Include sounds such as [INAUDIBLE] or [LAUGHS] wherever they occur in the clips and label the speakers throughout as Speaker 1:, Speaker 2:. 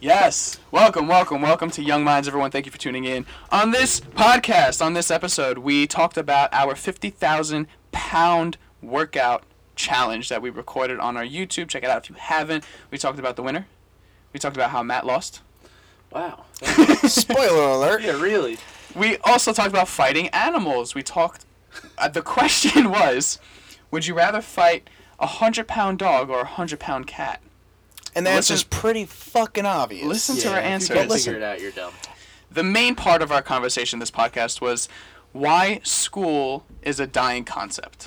Speaker 1: Yes. Welcome, welcome, welcome to Young Minds, everyone. Thank you for tuning in. On this podcast, on this episode, we talked about our 50,000 pound workout challenge that we recorded on our YouTube. Check it out if you haven't. We talked about the winner. We talked about how Matt lost.
Speaker 2: Wow.
Speaker 1: [LAUGHS]
Speaker 3: Spoiler alert.
Speaker 2: yeah, really.
Speaker 1: We also talked about fighting animals. We talked. Uh, the question [LAUGHS] was would you rather fight a 100 pound dog or a 100 pound cat?
Speaker 3: And the answer's
Speaker 1: Listen-
Speaker 3: pretty fucking obvious.
Speaker 1: Listen
Speaker 2: yeah,
Speaker 1: to our
Speaker 2: if you
Speaker 1: answers.
Speaker 2: can't
Speaker 3: Listen.
Speaker 2: figure it out, you're dumb.
Speaker 1: the main part of our conversation this podcast was why school is a dying concept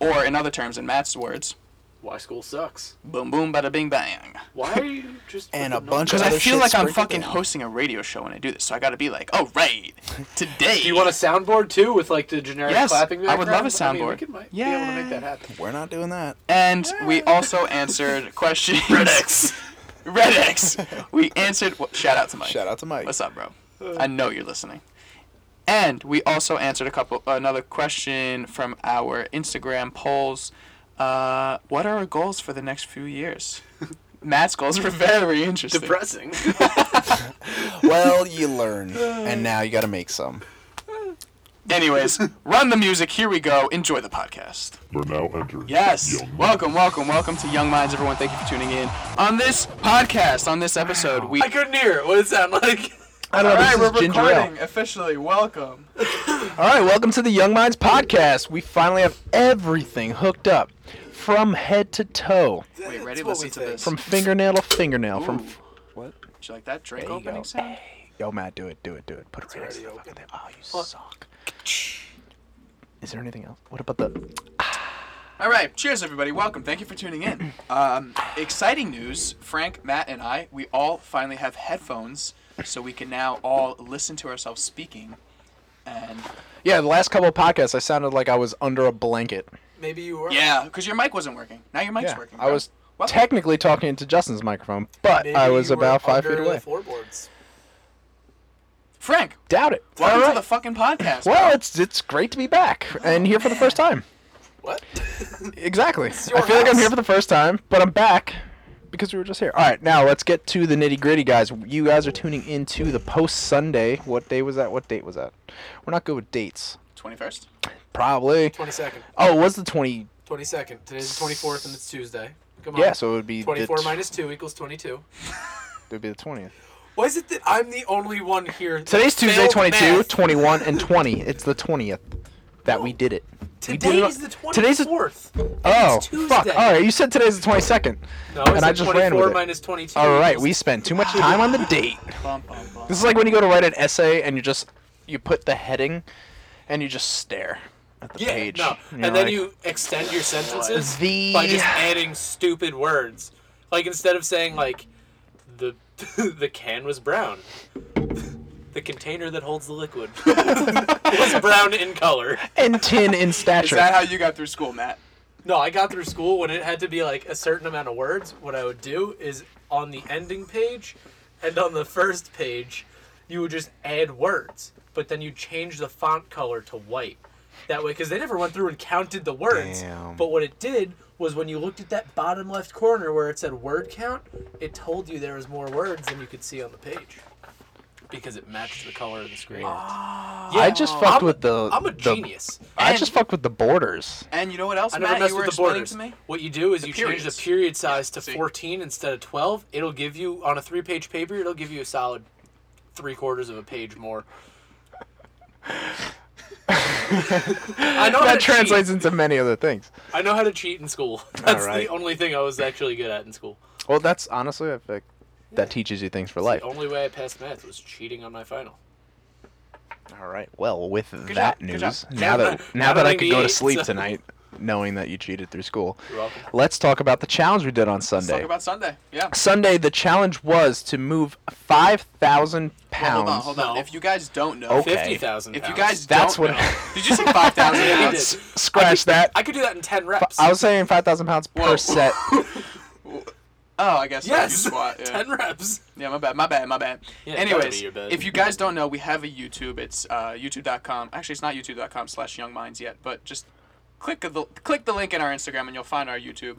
Speaker 1: or in other terms in matt's words
Speaker 2: Why school sucks.
Speaker 1: boom boom bada bing bang
Speaker 2: Why are you just
Speaker 3: And
Speaker 2: putting
Speaker 3: a bunch
Speaker 1: because
Speaker 3: of-
Speaker 1: i
Speaker 3: Other
Speaker 1: feel
Speaker 3: shit
Speaker 1: like i'm
Speaker 3: sprinkled
Speaker 1: fucking
Speaker 3: in.
Speaker 1: hosting a radio show when i do this so i gotta be like oh
Speaker 3: [LAUGHS]
Speaker 1: right today
Speaker 2: Do you want a soundboard too with like the generic
Speaker 1: Yes,
Speaker 2: clapping
Speaker 1: I would love
Speaker 2: background?
Speaker 1: a
Speaker 2: I mean, we
Speaker 1: soundboard.
Speaker 2: could might be able to make that
Speaker 1: Yeah.
Speaker 2: happen.
Speaker 3: We're not doing that.
Speaker 1: and we also
Speaker 3: [LAUGHS]
Speaker 1: answered questions redx redx we answered wh- shout out to mike
Speaker 3: Shout out to Mike.
Speaker 1: What's up, bro? I know you're listening. And we also answered a couple another question from our Instagram polls. Uh, what are our goals for the next few
Speaker 2: [LAUGHS]
Speaker 1: years? Matt's goals were very interesting.
Speaker 2: Depressing. [LAUGHS]
Speaker 3: Well, you learn, and now you got to make some.
Speaker 2: [LAUGHS]
Speaker 1: Anyways, run the music. Here we go. Enjoy the podcast.
Speaker 4: You're now entering.
Speaker 1: Yes.
Speaker 4: Young
Speaker 1: Welcome, welcome, welcome to Young Minds, everyone. Thank you for tuning in. On this podcast, on this episode, we.
Speaker 2: I couldn't hear it. What did it sound like?
Speaker 3: I don't
Speaker 1: officially. Welcome.
Speaker 3: All right, welcome to the Young Minds podcast. We finally have everything hooked up from head to toe,
Speaker 1: Wait, ready?
Speaker 2: That's what we
Speaker 1: Listen to
Speaker 2: think.
Speaker 1: this.
Speaker 3: from fingernail to fingernail. From what?
Speaker 1: Did you like that Drake
Speaker 3: There you
Speaker 1: opening
Speaker 3: go.
Speaker 1: sound?
Speaker 3: Yo, Matt, do it, do it, do it. Put it right next to the fucking thing. Oh, you suck. Is there anything else? What about the?
Speaker 1: All right, cheers everybody. Welcome. Thank you for tuning
Speaker 3: [CLEARS THROAT]
Speaker 1: in. Um, exciting news. Frank, Matt, and I, we all finally have headphones so we can now all listen to ourselves speaking. And
Speaker 3: Yeah, the last couple of podcasts, I sounded like I was under a blanket.
Speaker 2: Maybe you were.
Speaker 1: yeah, cuz your mic wasn't working. Now your mic's
Speaker 3: Yeah,
Speaker 1: working.
Speaker 3: I
Speaker 1: bro.
Speaker 3: was
Speaker 1: Welcome.
Speaker 3: technically talking into Justin's microphone, but
Speaker 2: Maybe
Speaker 3: I was
Speaker 2: you were
Speaker 3: about five
Speaker 2: under
Speaker 3: feet away.
Speaker 2: The floorboards.
Speaker 1: Frank,
Speaker 3: Doubt it.
Speaker 1: welcome
Speaker 3: All
Speaker 1: to
Speaker 3: right.
Speaker 1: the fucking podcast. bro.
Speaker 3: well, it's it's great to be back
Speaker 2: Oh,
Speaker 3: and here for the first time.
Speaker 2: What? [LAUGHS]
Speaker 3: Exactly. I feel
Speaker 2: your
Speaker 3: like I'm
Speaker 2: house.
Speaker 3: here for the first time, but I'm back because we were just here. All right, now let's get to the nitty gritty, guys. You guys are tuning into the post Sunday. What day was that? What date was that? We're not good with dates.
Speaker 1: 21st.
Speaker 3: Probably.
Speaker 2: Twenty second.
Speaker 3: Oh, it was the 20.
Speaker 2: Twenty second. Today's the twenty fourth and it's Tuesday. Come on.
Speaker 3: Yeah, so it would be
Speaker 2: twenty
Speaker 3: the
Speaker 2: four
Speaker 3: t-
Speaker 2: minus two equals twenty two.
Speaker 3: It would be the 20th.
Speaker 2: Why is it that I'm the only one here? that
Speaker 3: Today's Tuesday,
Speaker 2: failed
Speaker 3: 22,
Speaker 2: math?
Speaker 3: 21, and 20. It's the 20th that we did it. We did
Speaker 2: Today
Speaker 3: it on-
Speaker 2: is the
Speaker 3: Today's
Speaker 2: twenty
Speaker 3: the-
Speaker 2: fourth.
Speaker 3: Oh,
Speaker 2: It's Tuesday.
Speaker 3: fuck. All right, you said today's the 22nd.
Speaker 2: No,
Speaker 3: and
Speaker 2: it's
Speaker 3: I just ran
Speaker 2: 24
Speaker 3: with it.
Speaker 2: minus 22.
Speaker 3: All right, we spent too much time on the date.
Speaker 1: Bum, bum, bum.
Speaker 3: This is like when you go to write an essay and you just you put the heading and you just stare at the
Speaker 2: yeah,
Speaker 3: page.
Speaker 2: No.
Speaker 3: you're
Speaker 2: And then
Speaker 3: like,
Speaker 2: you extend your sentences
Speaker 3: The-
Speaker 2: by just adding stupid words. Like instead of saying like the [LAUGHS] the can was brown. [LAUGHS] The container that holds the liquid [LAUGHS] was brown in color.
Speaker 3: and
Speaker 2: [LAUGHS]
Speaker 3: tin in
Speaker 1: Is
Speaker 3: stature.
Speaker 1: that how you got through school, Matt?
Speaker 2: No, I got through school when it had to be like a certain amount of words. What I would do is on the ending page and on the first page, you would just add words, but then you change the font color to white. That way, because they never went through and counted the words.
Speaker 3: Damn.
Speaker 2: But what it did was when you looked at that bottom left corner where it said word count, it told you there was more words than you could see on the page because it matched the color of the screen. Ah. Yeah,
Speaker 3: I just fucked
Speaker 2: I'm-
Speaker 3: with the.
Speaker 2: I'm a
Speaker 3: the-
Speaker 2: genius.
Speaker 3: I
Speaker 1: And-
Speaker 3: just fucked with the borders.
Speaker 1: And you know what else,
Speaker 2: I never
Speaker 1: Matt,
Speaker 2: mess
Speaker 1: you were
Speaker 2: with the
Speaker 1: explaining
Speaker 2: borders.
Speaker 1: to me?
Speaker 2: What you do is you change
Speaker 1: periods.
Speaker 2: the period size to
Speaker 1: see.
Speaker 2: 14 instead of 12. It'll give you on a three-page paper. It'll give you a solid three quarters of a page more. I know how to
Speaker 3: That translates
Speaker 2: Cheat.
Speaker 3: into many other things.
Speaker 2: I know how to cheat in school. [LAUGHS] That's
Speaker 3: right.
Speaker 2: the only thing I was actually good at in school.
Speaker 3: Well, that's honestly, I think that teaches you things for life.
Speaker 2: The only way I passed math was cheating on my final.
Speaker 3: All right. Well, with
Speaker 1: Good
Speaker 3: that
Speaker 1: job, good
Speaker 3: news,
Speaker 1: job. [LAUGHS]
Speaker 3: now that
Speaker 2: Now
Speaker 3: now that
Speaker 2: that
Speaker 3: I
Speaker 2: I
Speaker 3: could go to
Speaker 2: need
Speaker 3: sleep
Speaker 2: some-
Speaker 3: tonight, knowing that you cheated through school,
Speaker 2: You're welcome.
Speaker 3: let's talk about the challenge we did on
Speaker 1: Let's talk
Speaker 3: Sunday.
Speaker 1: about Sunday. Yeah.
Speaker 3: Sunday, the challenge was to move five thousand
Speaker 1: Hold
Speaker 3: pounds.
Speaker 1: on, hold on.
Speaker 2: No.
Speaker 1: If you guys don't know,
Speaker 3: Okay.
Speaker 2: Fifty thousand.
Speaker 1: if you guys
Speaker 3: That's
Speaker 1: don't
Speaker 3: what-
Speaker 1: know, did you say
Speaker 3: [LAUGHS]
Speaker 1: 5,000
Speaker 2: Yeah, I
Speaker 1: pounds?
Speaker 2: did.
Speaker 3: S- Scratch that.
Speaker 2: I could do that in ten reps.
Speaker 3: I was saying five thousand pounds
Speaker 1: Whoa. [LAUGHS]
Speaker 3: per set.
Speaker 1: Oh, I guess. so. You
Speaker 2: yes,
Speaker 1: squat, yeah.
Speaker 2: [LAUGHS] ten reps.
Speaker 1: Yeah, my bad, my bad, my bad.
Speaker 2: Yeah, it's gotta
Speaker 1: Anyways,
Speaker 2: be your bad.
Speaker 1: if you guys don't know, we have a YouTube. It's uh, YouTube.com. Actually, it's not YouTube.com slash Young Minds yet, but just click the click the link in our Instagram and you'll find our YouTube.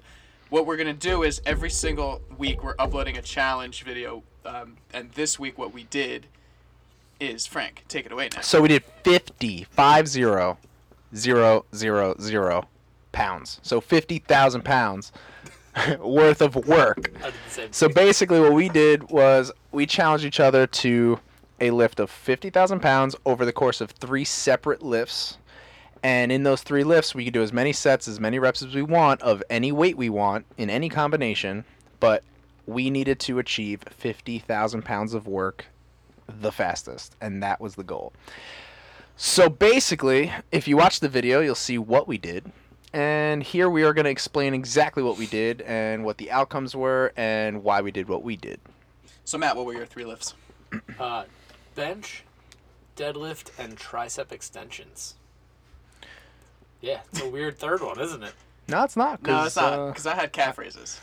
Speaker 1: What we're gonna do is every single week we're uploading a challenge video, um, and this week what we did is Frank. Take it away now.
Speaker 3: So we did 50, five zero, zero, zero, zero pounds. So 50,000 pounds [LAUGHS] worth of work.
Speaker 5: I did the same
Speaker 3: So
Speaker 5: thing.
Speaker 3: basically, what we did was we challenged each other to a lift of 50,000 pounds over the course of three separate lifts. And in those three lifts, we could do as many sets, as many reps as we want of any weight we want in any combination. But we needed to achieve 50,000 pounds of work the fastest. And that was the goal. So basically, if you watch the video, you'll see what we did. And here we are going to explain exactly what we did and what the outcomes were and why we did what we did.
Speaker 1: So Matt, what were your three lifts?
Speaker 5: Uh, bench, deadlift, and tricep extensions. Yeah, it's a weird third one, isn't it?
Speaker 3: No, it's not.
Speaker 1: No, it's not
Speaker 3: uh,
Speaker 1: because I had calf raises.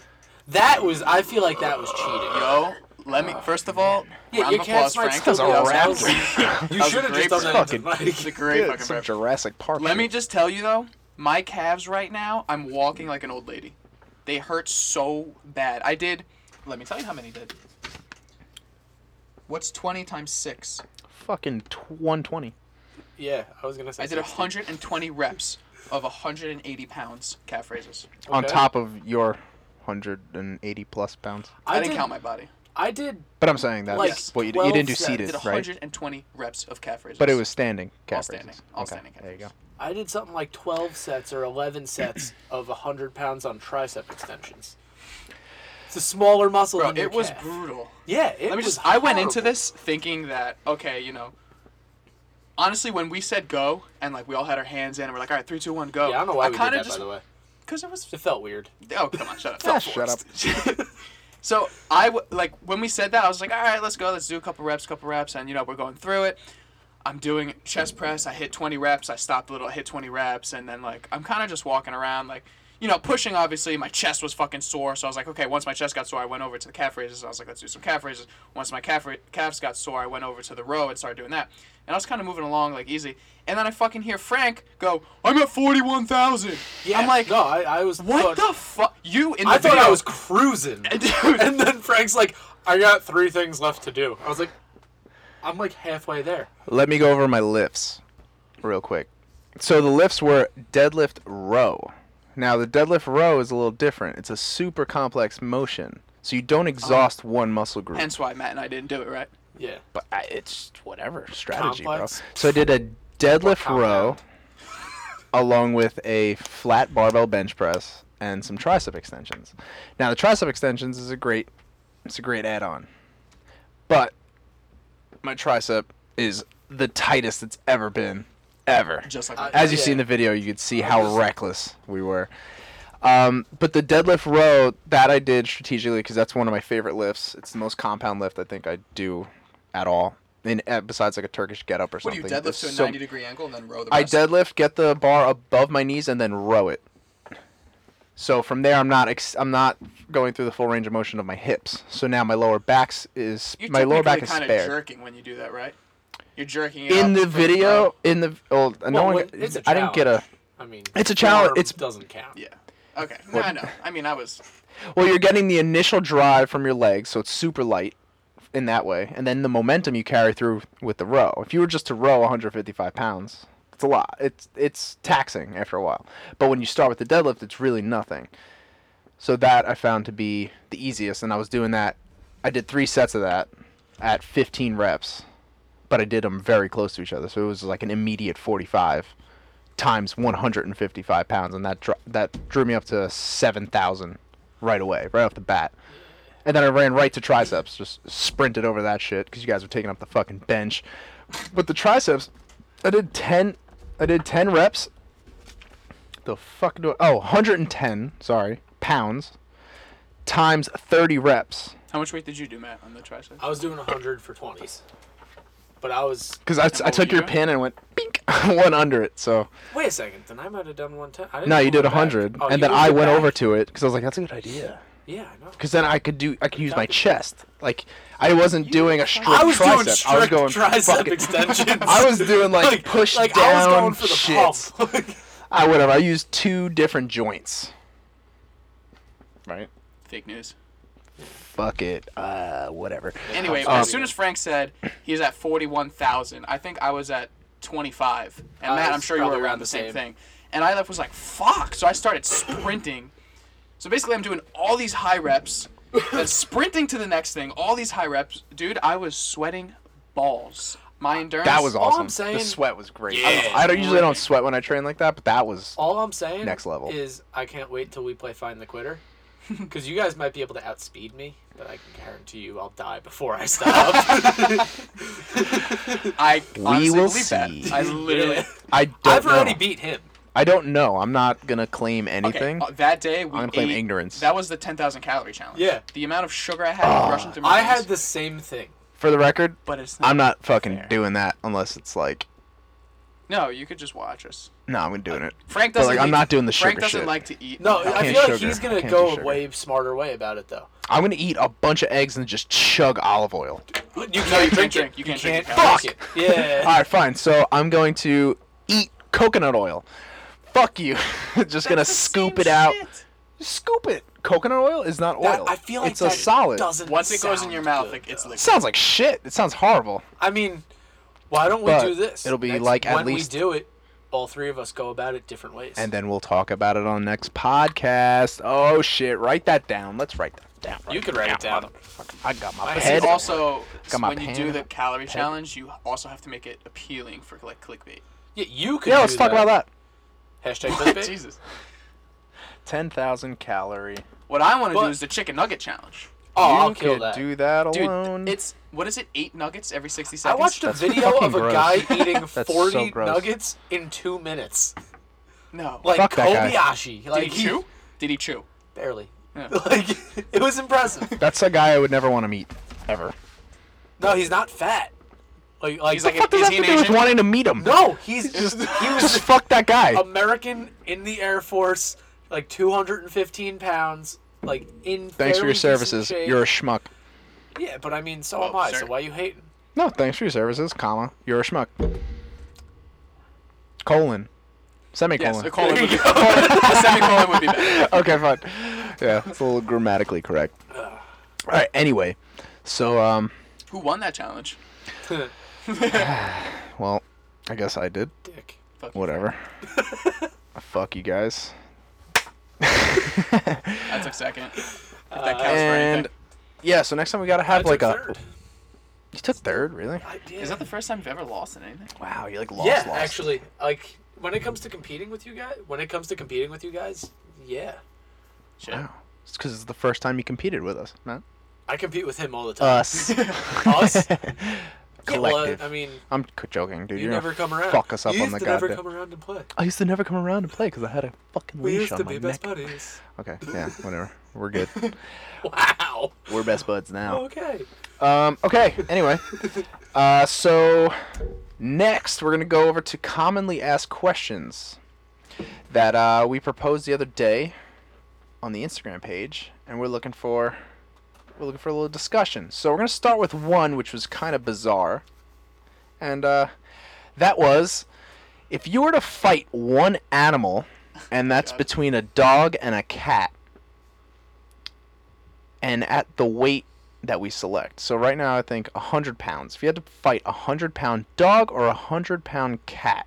Speaker 5: That was. I feel like that was cheating.
Speaker 1: Yo, let me. First of all,
Speaker 5: Yeah,
Speaker 1: round
Speaker 5: your
Speaker 1: of
Speaker 5: cat
Speaker 1: applause,
Speaker 5: smites
Speaker 1: Frank.
Speaker 5: still
Speaker 3: That was a
Speaker 1: That was
Speaker 5: raptor. You
Speaker 1: that was
Speaker 5: should have
Speaker 1: great
Speaker 5: just done that to
Speaker 3: fucking-
Speaker 1: It's a
Speaker 5: Mike.
Speaker 1: great
Speaker 3: Dude,
Speaker 1: fucking
Speaker 3: some
Speaker 1: rep.
Speaker 3: Jurassic Park.
Speaker 1: Let me
Speaker 3: shit.
Speaker 1: just tell you though, my calves right now, I'm walking like an old lady. They hurt so bad. I did. Let me tell you how many did. What's 20 times 6?
Speaker 3: fucking t- 120.
Speaker 5: [LAUGHS] Yeah, I was gonna say.
Speaker 1: I did
Speaker 5: 60.
Speaker 1: 120 reps of 180 pounds calf raises.
Speaker 3: On
Speaker 5: Okay.
Speaker 3: top of your 180 plus pounds.
Speaker 1: I,
Speaker 5: I
Speaker 1: didn't
Speaker 5: did,
Speaker 1: count my body.
Speaker 5: I did.
Speaker 3: But I'm saying that's
Speaker 5: Like
Speaker 3: what you did. You didn't do
Speaker 5: 12 sets.
Speaker 1: I
Speaker 3: seated,
Speaker 1: did
Speaker 3: right?
Speaker 1: 120 reps of calf raises.
Speaker 3: But it was standing. calf
Speaker 1: standing.
Speaker 3: raises.
Speaker 1: All
Speaker 3: Okay,
Speaker 1: standing calf
Speaker 3: There you go.
Speaker 1: raises.
Speaker 5: I did something like 12 sets or 11
Speaker 1: [CLEARS THROAT]
Speaker 5: sets of 100 pounds on tricep extensions. It's a smaller muscle
Speaker 1: Bro,
Speaker 5: than your
Speaker 1: it was
Speaker 5: calf.
Speaker 1: brutal.
Speaker 5: yeah, it
Speaker 1: Let me
Speaker 5: was
Speaker 1: just. I went into
Speaker 5: horrible.
Speaker 1: this thinking that okay, you know. Honestly, when we said go and like we all had our hands in and we're like, all right, three, two, one, go.
Speaker 5: Yeah, I don't know why we did
Speaker 1: kinda
Speaker 5: that, by the way.
Speaker 1: Cause it was.
Speaker 5: It felt weird.
Speaker 1: Oh come on,
Speaker 5: [LAUGHS]
Speaker 1: shut up.
Speaker 3: Ah, shut up.
Speaker 1: so I w- like when we said that, I was like, all right, let's go. Let's do a couple reps, couple reps, and you know we're going through it. I'm doing chest press. I hit 20 reps. I stopped a little. I hit 20 reps, and then like I'm kind of just walking around, like you know pushing. Obviously, my chest was fucking sore, so I was like, okay. Once my chest got sore, I went over to the calf raises. I was like, let's do some calf raises. Once my calf ra- calves got sore, I went over to the row and started doing that. And I was kind of moving along like easy, and then I fucking hear Frank go, "I'm at 41,000."
Speaker 5: Yeah,
Speaker 1: I'm like,
Speaker 5: no, I, I was.
Speaker 1: what
Speaker 5: thought-
Speaker 1: the fuck? You in the
Speaker 5: I thought
Speaker 1: video-
Speaker 5: I was cruising.
Speaker 1: [LAUGHS] Dude.
Speaker 5: [LAUGHS] and then Frank's like, I got three things left to do. I was like, I'm like halfway there.
Speaker 3: Let me go over my lifts real quick. So the lifts were deadlift row. Now the deadlift row is a little different. It's a super complex motion. So you don't exhaust one muscle group.
Speaker 1: Hence why Matt and I didn't do it right.
Speaker 5: Yeah.
Speaker 3: but I, it's whatever strategy,
Speaker 5: Complex.
Speaker 3: bro. So I did a deadlift
Speaker 5: Compound.
Speaker 3: row [LAUGHS] along with a flat barbell bench press and some tricep extensions. Now the tricep extensions is a great it's a great add-on. But my tricep is the tightest it's ever been ever.
Speaker 1: Just like
Speaker 5: I-
Speaker 1: that.
Speaker 3: As you see in the video, you could see how
Speaker 5: just-
Speaker 3: reckless we were. Um, but the deadlift row that I did strategically because that's one of my favorite lifts. It's the most compound lift I think I do at all. In uh, besides like a Turkish get up or
Speaker 1: what do
Speaker 3: something.
Speaker 1: you deadlift
Speaker 3: There's
Speaker 1: to a
Speaker 3: so-
Speaker 1: 90 degree angle and then row the
Speaker 3: I
Speaker 1: rest?
Speaker 3: deadlift, get the bar above my knees, and then row it. So from there, I'm not ex- I'm not going through the full range of motion of my hips. So now my lower back's is
Speaker 1: You're
Speaker 3: my lower back
Speaker 1: technically
Speaker 3: is
Speaker 1: kinda
Speaker 3: spared.
Speaker 1: jerking when you do that, right? You're jerking it
Speaker 3: in
Speaker 1: up
Speaker 3: the
Speaker 1: from
Speaker 3: video,
Speaker 1: row.
Speaker 3: in the well, no
Speaker 5: Well,
Speaker 3: one,
Speaker 5: wait, it's a
Speaker 3: I didn't get a.
Speaker 5: challenge. I mean,
Speaker 3: It's a challenge.
Speaker 5: form
Speaker 3: It's-
Speaker 5: doesn't count.
Speaker 1: Yeah. Okay. No, I know. I mean, I was.
Speaker 3: Well, you're getting the initial drive from your legs, so it's super light in that way, and then the momentum you carry through with the row. If you were just to row 155 pounds, it's a lot. It's it's taxing after a while. But when you start with the deadlift, it's really nothing. So that I found to be the easiest, and I was doing that. I did three sets of that at 15 reps, but I did them very close to each other, so it was like an immediate 45 times 155 pounds, and that dr- that drew me up to 7,000 right away, right off the bat. And then I ran right to triceps, just sprinted over that shit because you guys were taking up the fucking bench. But the triceps, I did 10, I did 10 reps. The fuck do I, oh, 110, sorry, pounds times 30 reps
Speaker 1: How much weight did you do, Matt, on the tricep?
Speaker 5: I was doing 100 for 20s. But I was.
Speaker 3: because I,
Speaker 1: what
Speaker 3: I took
Speaker 1: you
Speaker 3: your
Speaker 1: doing?
Speaker 3: pin and went bink, [LAUGHS] went under it. So
Speaker 5: Wait a second, then I might have done 110. I didn't
Speaker 3: no, you
Speaker 5: move
Speaker 3: did
Speaker 5: it back.
Speaker 3: 100,
Speaker 5: Oh,
Speaker 3: and
Speaker 5: you
Speaker 3: then I
Speaker 5: moved it
Speaker 3: went
Speaker 5: back.
Speaker 3: over to it because I was like, that's a good idea.
Speaker 5: Yeah, I know.
Speaker 3: Because then I could do, I could use my chest. Like I wasn't doing a straight
Speaker 5: I was
Speaker 3: tricep.
Speaker 5: doing
Speaker 3: I was
Speaker 5: strict
Speaker 3: going
Speaker 5: tricep
Speaker 3: fucking- [LAUGHS]
Speaker 5: extensions.
Speaker 3: I was
Speaker 2: [LAUGHS]
Speaker 3: doing like,
Speaker 5: [LAUGHS]
Speaker 3: push
Speaker 5: like
Speaker 3: down
Speaker 5: I was going for the
Speaker 3: shits.
Speaker 5: [LAUGHS] pump.
Speaker 3: I whatever. I used two different joints. right?
Speaker 1: Fake news.
Speaker 3: Fuck it. Uh, whatever.
Speaker 1: Anyway,
Speaker 3: Um,
Speaker 1: as soon as Frank said he's at 41,000, I think I was at 25. And
Speaker 3: Uh,
Speaker 2: I
Speaker 1: Matt,
Speaker 2: was
Speaker 1: I'm sure you were
Speaker 2: probably
Speaker 1: around the same, thing. And I left was like, fuck. So I started sprinting. so basically, I'm doing all these high reps, then sprinting to the next thing, all these high reps. Dude, I was sweating balls. My endurance.
Speaker 3: That was
Speaker 2: All I'm
Speaker 3: awesome.
Speaker 2: saying-
Speaker 3: the sweat was great.
Speaker 1: Yeah.
Speaker 3: I, don't- I don't usually don't sweat when I train like that, but that was
Speaker 2: All I'm saying
Speaker 3: Next level.
Speaker 2: is I can't wait till we play Find the
Speaker 3: [LAUGHS]
Speaker 2: Quitter. Because you guys might be able to outspeed me, but I can guarantee you I'll die before I stop. [LAUGHS]
Speaker 1: I honestly
Speaker 3: will
Speaker 1: believe
Speaker 3: see.
Speaker 1: that. I literally.
Speaker 2: Yeah.
Speaker 3: I
Speaker 2: [LAUGHS]
Speaker 3: don't
Speaker 2: I've
Speaker 3: know.
Speaker 2: already beat him.
Speaker 3: I don't know. I'm not gonna claim
Speaker 1: Okay,
Speaker 3: anything.
Speaker 1: uh, that day we
Speaker 3: gonna claim
Speaker 1: ate-
Speaker 3: ignorance.
Speaker 1: That was the 10,000 calorie challenge.
Speaker 2: Yeah.
Speaker 1: The amount of sugar I had
Speaker 3: Ah.
Speaker 1: rushing through my
Speaker 2: I
Speaker 1: veins,
Speaker 2: had the same thing.
Speaker 3: For the record,
Speaker 1: But it's not.
Speaker 3: I'm not fucking
Speaker 1: fair.
Speaker 3: doing that unless it's like,
Speaker 1: No, you could just watch us.
Speaker 3: no, I'm doing it.
Speaker 1: Frank
Speaker 3: But,
Speaker 1: doesn't.
Speaker 3: like, I'm
Speaker 1: eat-
Speaker 3: not doing the
Speaker 1: Frank
Speaker 3: sugar
Speaker 1: doesn't
Speaker 3: shit.
Speaker 1: like to eat.
Speaker 2: No,
Speaker 3: I
Speaker 2: I,
Speaker 3: can't
Speaker 2: feel like
Speaker 3: sugar.
Speaker 2: he's
Speaker 3: I
Speaker 2: gonna
Speaker 3: can't do
Speaker 2: go a
Speaker 3: sugar.
Speaker 2: way smarter way about it though.
Speaker 3: I'm gonna eat a bunch of eggs and just chug olive oil.
Speaker 2: You
Speaker 1: No, you
Speaker 2: can't
Speaker 1: can't
Speaker 2: drink
Speaker 1: drink.
Speaker 2: it.
Speaker 1: You can't drink.
Speaker 2: Can't
Speaker 1: it, Cal.
Speaker 2: drink it. Yeah.
Speaker 3: All right, fine. So I'm going to eat coconut oil. Fuck you. [LAUGHS] just gonna scoop it out. Scoop it. Coconut oil is not oil.
Speaker 2: That- I feel like
Speaker 3: it's
Speaker 2: that
Speaker 3: a solid.
Speaker 2: Doesn't
Speaker 1: Once it goes in
Speaker 2: sound
Speaker 1: your mouth,
Speaker 2: good,
Speaker 1: like, it's
Speaker 2: though.
Speaker 1: liquid.
Speaker 3: Sounds like shit. It sounds horrible.
Speaker 2: I mean, why don't we
Speaker 3: But
Speaker 2: do this?
Speaker 3: it'll be like at
Speaker 2: when
Speaker 3: least-
Speaker 2: we do it, all three of us go about it different ways.
Speaker 3: And then we'll talk about it on next podcast. Oh shit! Write that down. Let's write that down.
Speaker 2: you could write it down.
Speaker 3: I got my
Speaker 2: I see
Speaker 3: head.
Speaker 1: See, also,
Speaker 3: Got my
Speaker 1: when you do
Speaker 3: pen.
Speaker 1: the calorie challenge, you also have to make it appealing for like clickbait.
Speaker 2: Yeah, you could.
Speaker 3: yeah, let's
Speaker 2: do
Speaker 3: talk about that.
Speaker 2: Hashtag [LAUGHS] clickbait.
Speaker 1: Jesus.
Speaker 3: Ten thousand calorie.
Speaker 1: What I want to do
Speaker 2: But-
Speaker 1: is the chicken nugget challenge.
Speaker 2: Oh,
Speaker 3: you
Speaker 2: I'll kill
Speaker 3: could
Speaker 2: that.
Speaker 3: do that
Speaker 1: Dude, th-
Speaker 3: alone.
Speaker 1: it's what is it? Eight nuggets every sixty
Speaker 2: I
Speaker 1: seconds. Uh,
Speaker 2: watched a
Speaker 3: That's
Speaker 2: video
Speaker 3: fucking
Speaker 2: of a
Speaker 3: gross. [LAUGHS]
Speaker 2: guy eating
Speaker 3: so
Speaker 2: 40
Speaker 3: gross.
Speaker 2: nuggets in two minutes.
Speaker 1: no.
Speaker 2: Like
Speaker 3: Fuck that guy.
Speaker 2: Kobayashi.
Speaker 1: did he
Speaker 2: Like,
Speaker 1: chew? Did he chew?
Speaker 2: Barely.
Speaker 1: Yeah.
Speaker 2: [LAUGHS] Like, it was impressive.
Speaker 3: That's a guy I would never want to meet ever.
Speaker 2: No, he's not fat. Like, like,
Speaker 1: He's like,
Speaker 3: [LAUGHS] What does
Speaker 1: is
Speaker 3: that
Speaker 1: he
Speaker 3: have
Speaker 1: an
Speaker 3: to do with
Speaker 1: Asian?
Speaker 3: wanting to meet him?
Speaker 2: no,
Speaker 1: [LAUGHS]
Speaker 2: he's just,
Speaker 3: just,
Speaker 2: he was
Speaker 3: [LAUGHS] just fuck that guy.
Speaker 2: American in the Air Force, like 215 pounds, like in.
Speaker 3: Thanks for
Speaker 2: fairly
Speaker 3: your
Speaker 2: decent
Speaker 3: services.
Speaker 2: shape.
Speaker 3: You're a schmuck.
Speaker 2: yeah, but I mean, so
Speaker 1: Well,
Speaker 2: am I.
Speaker 1: sir.
Speaker 2: So why you hating? [LAUGHS]
Speaker 3: No, thanks for your services, comma. You're a schmuck. Colon. Semicolon. [LAUGHS]
Speaker 1: Yes, a colon.
Speaker 2: There
Speaker 1: Would be,
Speaker 2: [LAUGHS] you
Speaker 1: a semicolon would be better.
Speaker 3: okay, fine. Yeah, it's a little grammatically correct. All right. Anyway, so um,
Speaker 1: Who won that challenge?
Speaker 3: well, I guess I did.
Speaker 2: Dick.
Speaker 1: Fuck you. [LAUGHS]
Speaker 3: Whatever. Fuck you guys.
Speaker 1: That took second. If that counts
Speaker 3: And
Speaker 1: for anything.
Speaker 3: yeah, so next time we gotta have
Speaker 2: I
Speaker 3: like
Speaker 2: took
Speaker 3: a.
Speaker 2: Uh, third.
Speaker 3: You took third, really?
Speaker 2: I did.
Speaker 1: Is that the first time you've ever lost in anything?
Speaker 3: Wow, you like lost.
Speaker 2: yeah,
Speaker 3: lost.
Speaker 2: actually, like when it comes to competing with you guys, when it comes to competing with you guys, yeah,
Speaker 1: Shit.
Speaker 3: Wow. It's because it's the first time you competed with us, not
Speaker 2: I compete with him all
Speaker 3: Uh,
Speaker 2: the time. [LAUGHS]
Speaker 3: us. [LAUGHS]
Speaker 2: Us? yeah, well,
Speaker 3: Collective.
Speaker 2: I, I mean,
Speaker 3: I'm c- joking, dude.
Speaker 2: you,
Speaker 3: You're
Speaker 2: never
Speaker 3: never.
Speaker 2: come around.
Speaker 3: fuck us up
Speaker 2: you
Speaker 3: on
Speaker 2: used
Speaker 3: the
Speaker 2: to never
Speaker 3: goddamn-
Speaker 2: come around and play.
Speaker 3: I used to never come around and play because I had a fucking
Speaker 2: We
Speaker 3: leash
Speaker 2: used
Speaker 3: on
Speaker 2: to
Speaker 3: my
Speaker 2: be
Speaker 3: neck.
Speaker 2: best buddies.
Speaker 3: Okay, yeah, whatever.
Speaker 2: [LAUGHS]
Speaker 3: We're good. [LAUGHS]
Speaker 2: Wow.
Speaker 3: We're best buds now.
Speaker 2: Okay.
Speaker 3: Um, okay. Anyway, uh, so next we're gonna go over to commonly asked questions that uh, we proposed the other day on the Instagram page, and we're looking for we're looking for a little discussion. So we're gonna start with one which was kind of bizarre, and uh, that was if you were to fight one animal, and that's
Speaker 1: God.
Speaker 3: between a dog and a cat, and at the weight that we select. So right now I think hundred pounds. If you had to fight a hundred pound dog or a hundred pound cat,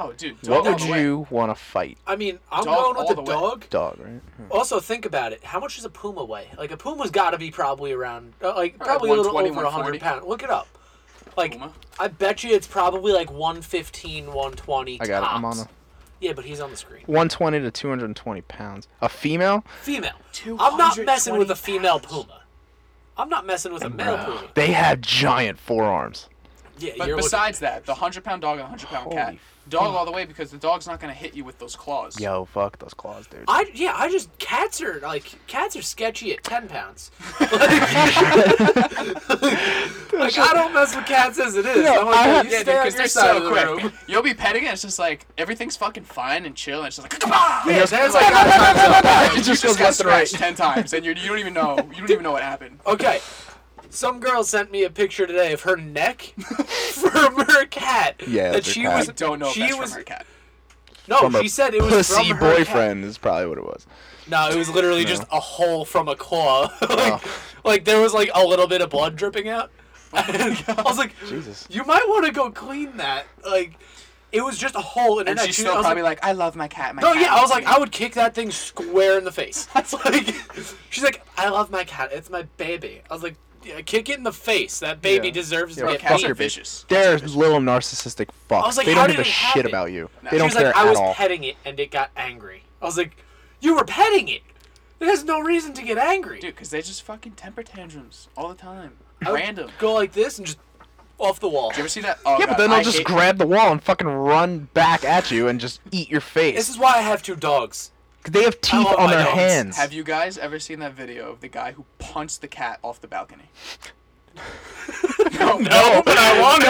Speaker 1: Oh, dude.
Speaker 3: what
Speaker 1: dog all
Speaker 3: would
Speaker 1: the way.
Speaker 3: you want to fight?
Speaker 2: I mean, I'm
Speaker 1: Dog
Speaker 2: going
Speaker 1: all
Speaker 2: with
Speaker 1: the
Speaker 2: the,
Speaker 1: way.
Speaker 2: dog.
Speaker 3: Dog, right?
Speaker 2: Also, think about it. How much does a puma weigh? Like a puma's got to be probably around, uh, like
Speaker 1: Or
Speaker 2: probably a little
Speaker 1: 120,
Speaker 2: over
Speaker 1: 140.
Speaker 2: 100 pounds. Look it up. Like,
Speaker 1: Puma?
Speaker 2: I bet you it's probably like 115, 120
Speaker 3: I got it. I'm on
Speaker 2: tops.
Speaker 3: a
Speaker 2: Yeah, but he's on the screen.
Speaker 3: 120 to 220 pounds. A female?
Speaker 2: Female. I'm not messing with a female puma. I'm not messing with a male puma.
Speaker 3: They have giant forearms.
Speaker 2: Yeah,
Speaker 1: But
Speaker 2: you're
Speaker 1: besides that, the hundred pound dog and hundred pound cat,
Speaker 3: Holy
Speaker 1: dog all the way because the dog's not gonna hit you with those claws.
Speaker 3: Yo, fuck those claws, dude.
Speaker 2: looking. I yeah, I just cats are like cats are sketchy at
Speaker 1: [LAUGHS]
Speaker 2: 10 pounds. [LAUGHS] like I don't mess with cats as it is.
Speaker 3: Yeah,
Speaker 2: I'm like,
Speaker 3: I
Speaker 2: "Yo,
Speaker 3: have-
Speaker 2: you
Speaker 1: Yeah,
Speaker 2: stay on
Speaker 1: because
Speaker 2: your
Speaker 1: they're
Speaker 2: side
Speaker 1: so
Speaker 2: of the
Speaker 1: quick.
Speaker 2: room."
Speaker 1: [LAUGHS] You'll be petting it, and it's just like everything's fucking fine and chill, and it's just like, come on!
Speaker 2: [LAUGHS] Yeah, there's like [LAUGHS]
Speaker 3: it
Speaker 1: You
Speaker 3: just goes
Speaker 1: got
Speaker 3: left and
Speaker 1: scratched
Speaker 3: right.
Speaker 1: ten times, and you're, you don't even know. You don't even know what happened.
Speaker 2: Okay. Some girl sent me a picture today of
Speaker 1: [LAUGHS]
Speaker 2: her neck from her cat.
Speaker 3: Yeah,
Speaker 2: that
Speaker 3: it's her
Speaker 2: she
Speaker 3: cat.
Speaker 2: was
Speaker 1: I don't know if
Speaker 2: she
Speaker 1: that's
Speaker 2: was
Speaker 1: from her cat.
Speaker 2: No,
Speaker 3: from a
Speaker 2: she said it was
Speaker 3: pussy
Speaker 2: from her cat.
Speaker 3: boyfriend is probably what it was.
Speaker 6: No, it was literally just a hole from a
Speaker 2: [LAUGHS]
Speaker 6: claw. like, like there was like a little bit of blood dripping
Speaker 1: [LAUGHS]
Speaker 6: out.
Speaker 1: Oh
Speaker 6: And I was like,
Speaker 3: Jesus.
Speaker 2: You might want to go clean that. Like, it was just a hole in her
Speaker 1: And
Speaker 2: neck.
Speaker 1: she's
Speaker 2: She-
Speaker 1: still
Speaker 2: I was like,
Speaker 1: probably like, I love my cat. My
Speaker 2: No,
Speaker 1: cat
Speaker 2: yeah, I was
Speaker 1: loves
Speaker 2: like,
Speaker 1: me."
Speaker 2: I would kick that thing square in
Speaker 1: [LAUGHS]
Speaker 2: the face. It's like, she's like, I love my cat. It's my baby. I was like, yeah, kick it in the face. That baby
Speaker 3: Yeah.
Speaker 2: deserves
Speaker 3: Yeah,
Speaker 2: to get
Speaker 1: cats
Speaker 3: fuck
Speaker 1: are
Speaker 3: your
Speaker 2: beat.
Speaker 3: bitch.
Speaker 1: vicious.
Speaker 3: They're little narcissistic fucks.
Speaker 2: was like,
Speaker 3: they
Speaker 2: how
Speaker 3: don't give
Speaker 2: did
Speaker 3: a
Speaker 2: it
Speaker 3: shit
Speaker 2: happen?
Speaker 3: about you.
Speaker 1: No.
Speaker 3: They
Speaker 2: She
Speaker 3: don't
Speaker 2: was like,
Speaker 3: care
Speaker 2: I
Speaker 3: at
Speaker 2: was
Speaker 3: all.
Speaker 2: petting it and it got angry. I was like, you were petting it. It has no reason to get angry.
Speaker 1: Dude, because they just fucking temper tantrums all the time.
Speaker 2: I would
Speaker 1: Random.
Speaker 2: Go like this and just off the wall.
Speaker 1: You ever see that? Oh,
Speaker 3: yeah,
Speaker 1: God,
Speaker 3: but then they'll
Speaker 1: I
Speaker 3: just
Speaker 1: hate-
Speaker 3: grab the wall and fucking run back at you and just eat your
Speaker 2: This
Speaker 3: face.
Speaker 2: is why I have two dogs.
Speaker 3: They have teeth
Speaker 2: love
Speaker 3: on
Speaker 2: my
Speaker 3: their
Speaker 2: dogs.
Speaker 3: hands.
Speaker 1: Have you guys ever seen that video of the guy who punched the cat off the balcony? no,
Speaker 3: No, Oh,
Speaker 2: [LAUGHS]
Speaker 3: but I
Speaker 1: want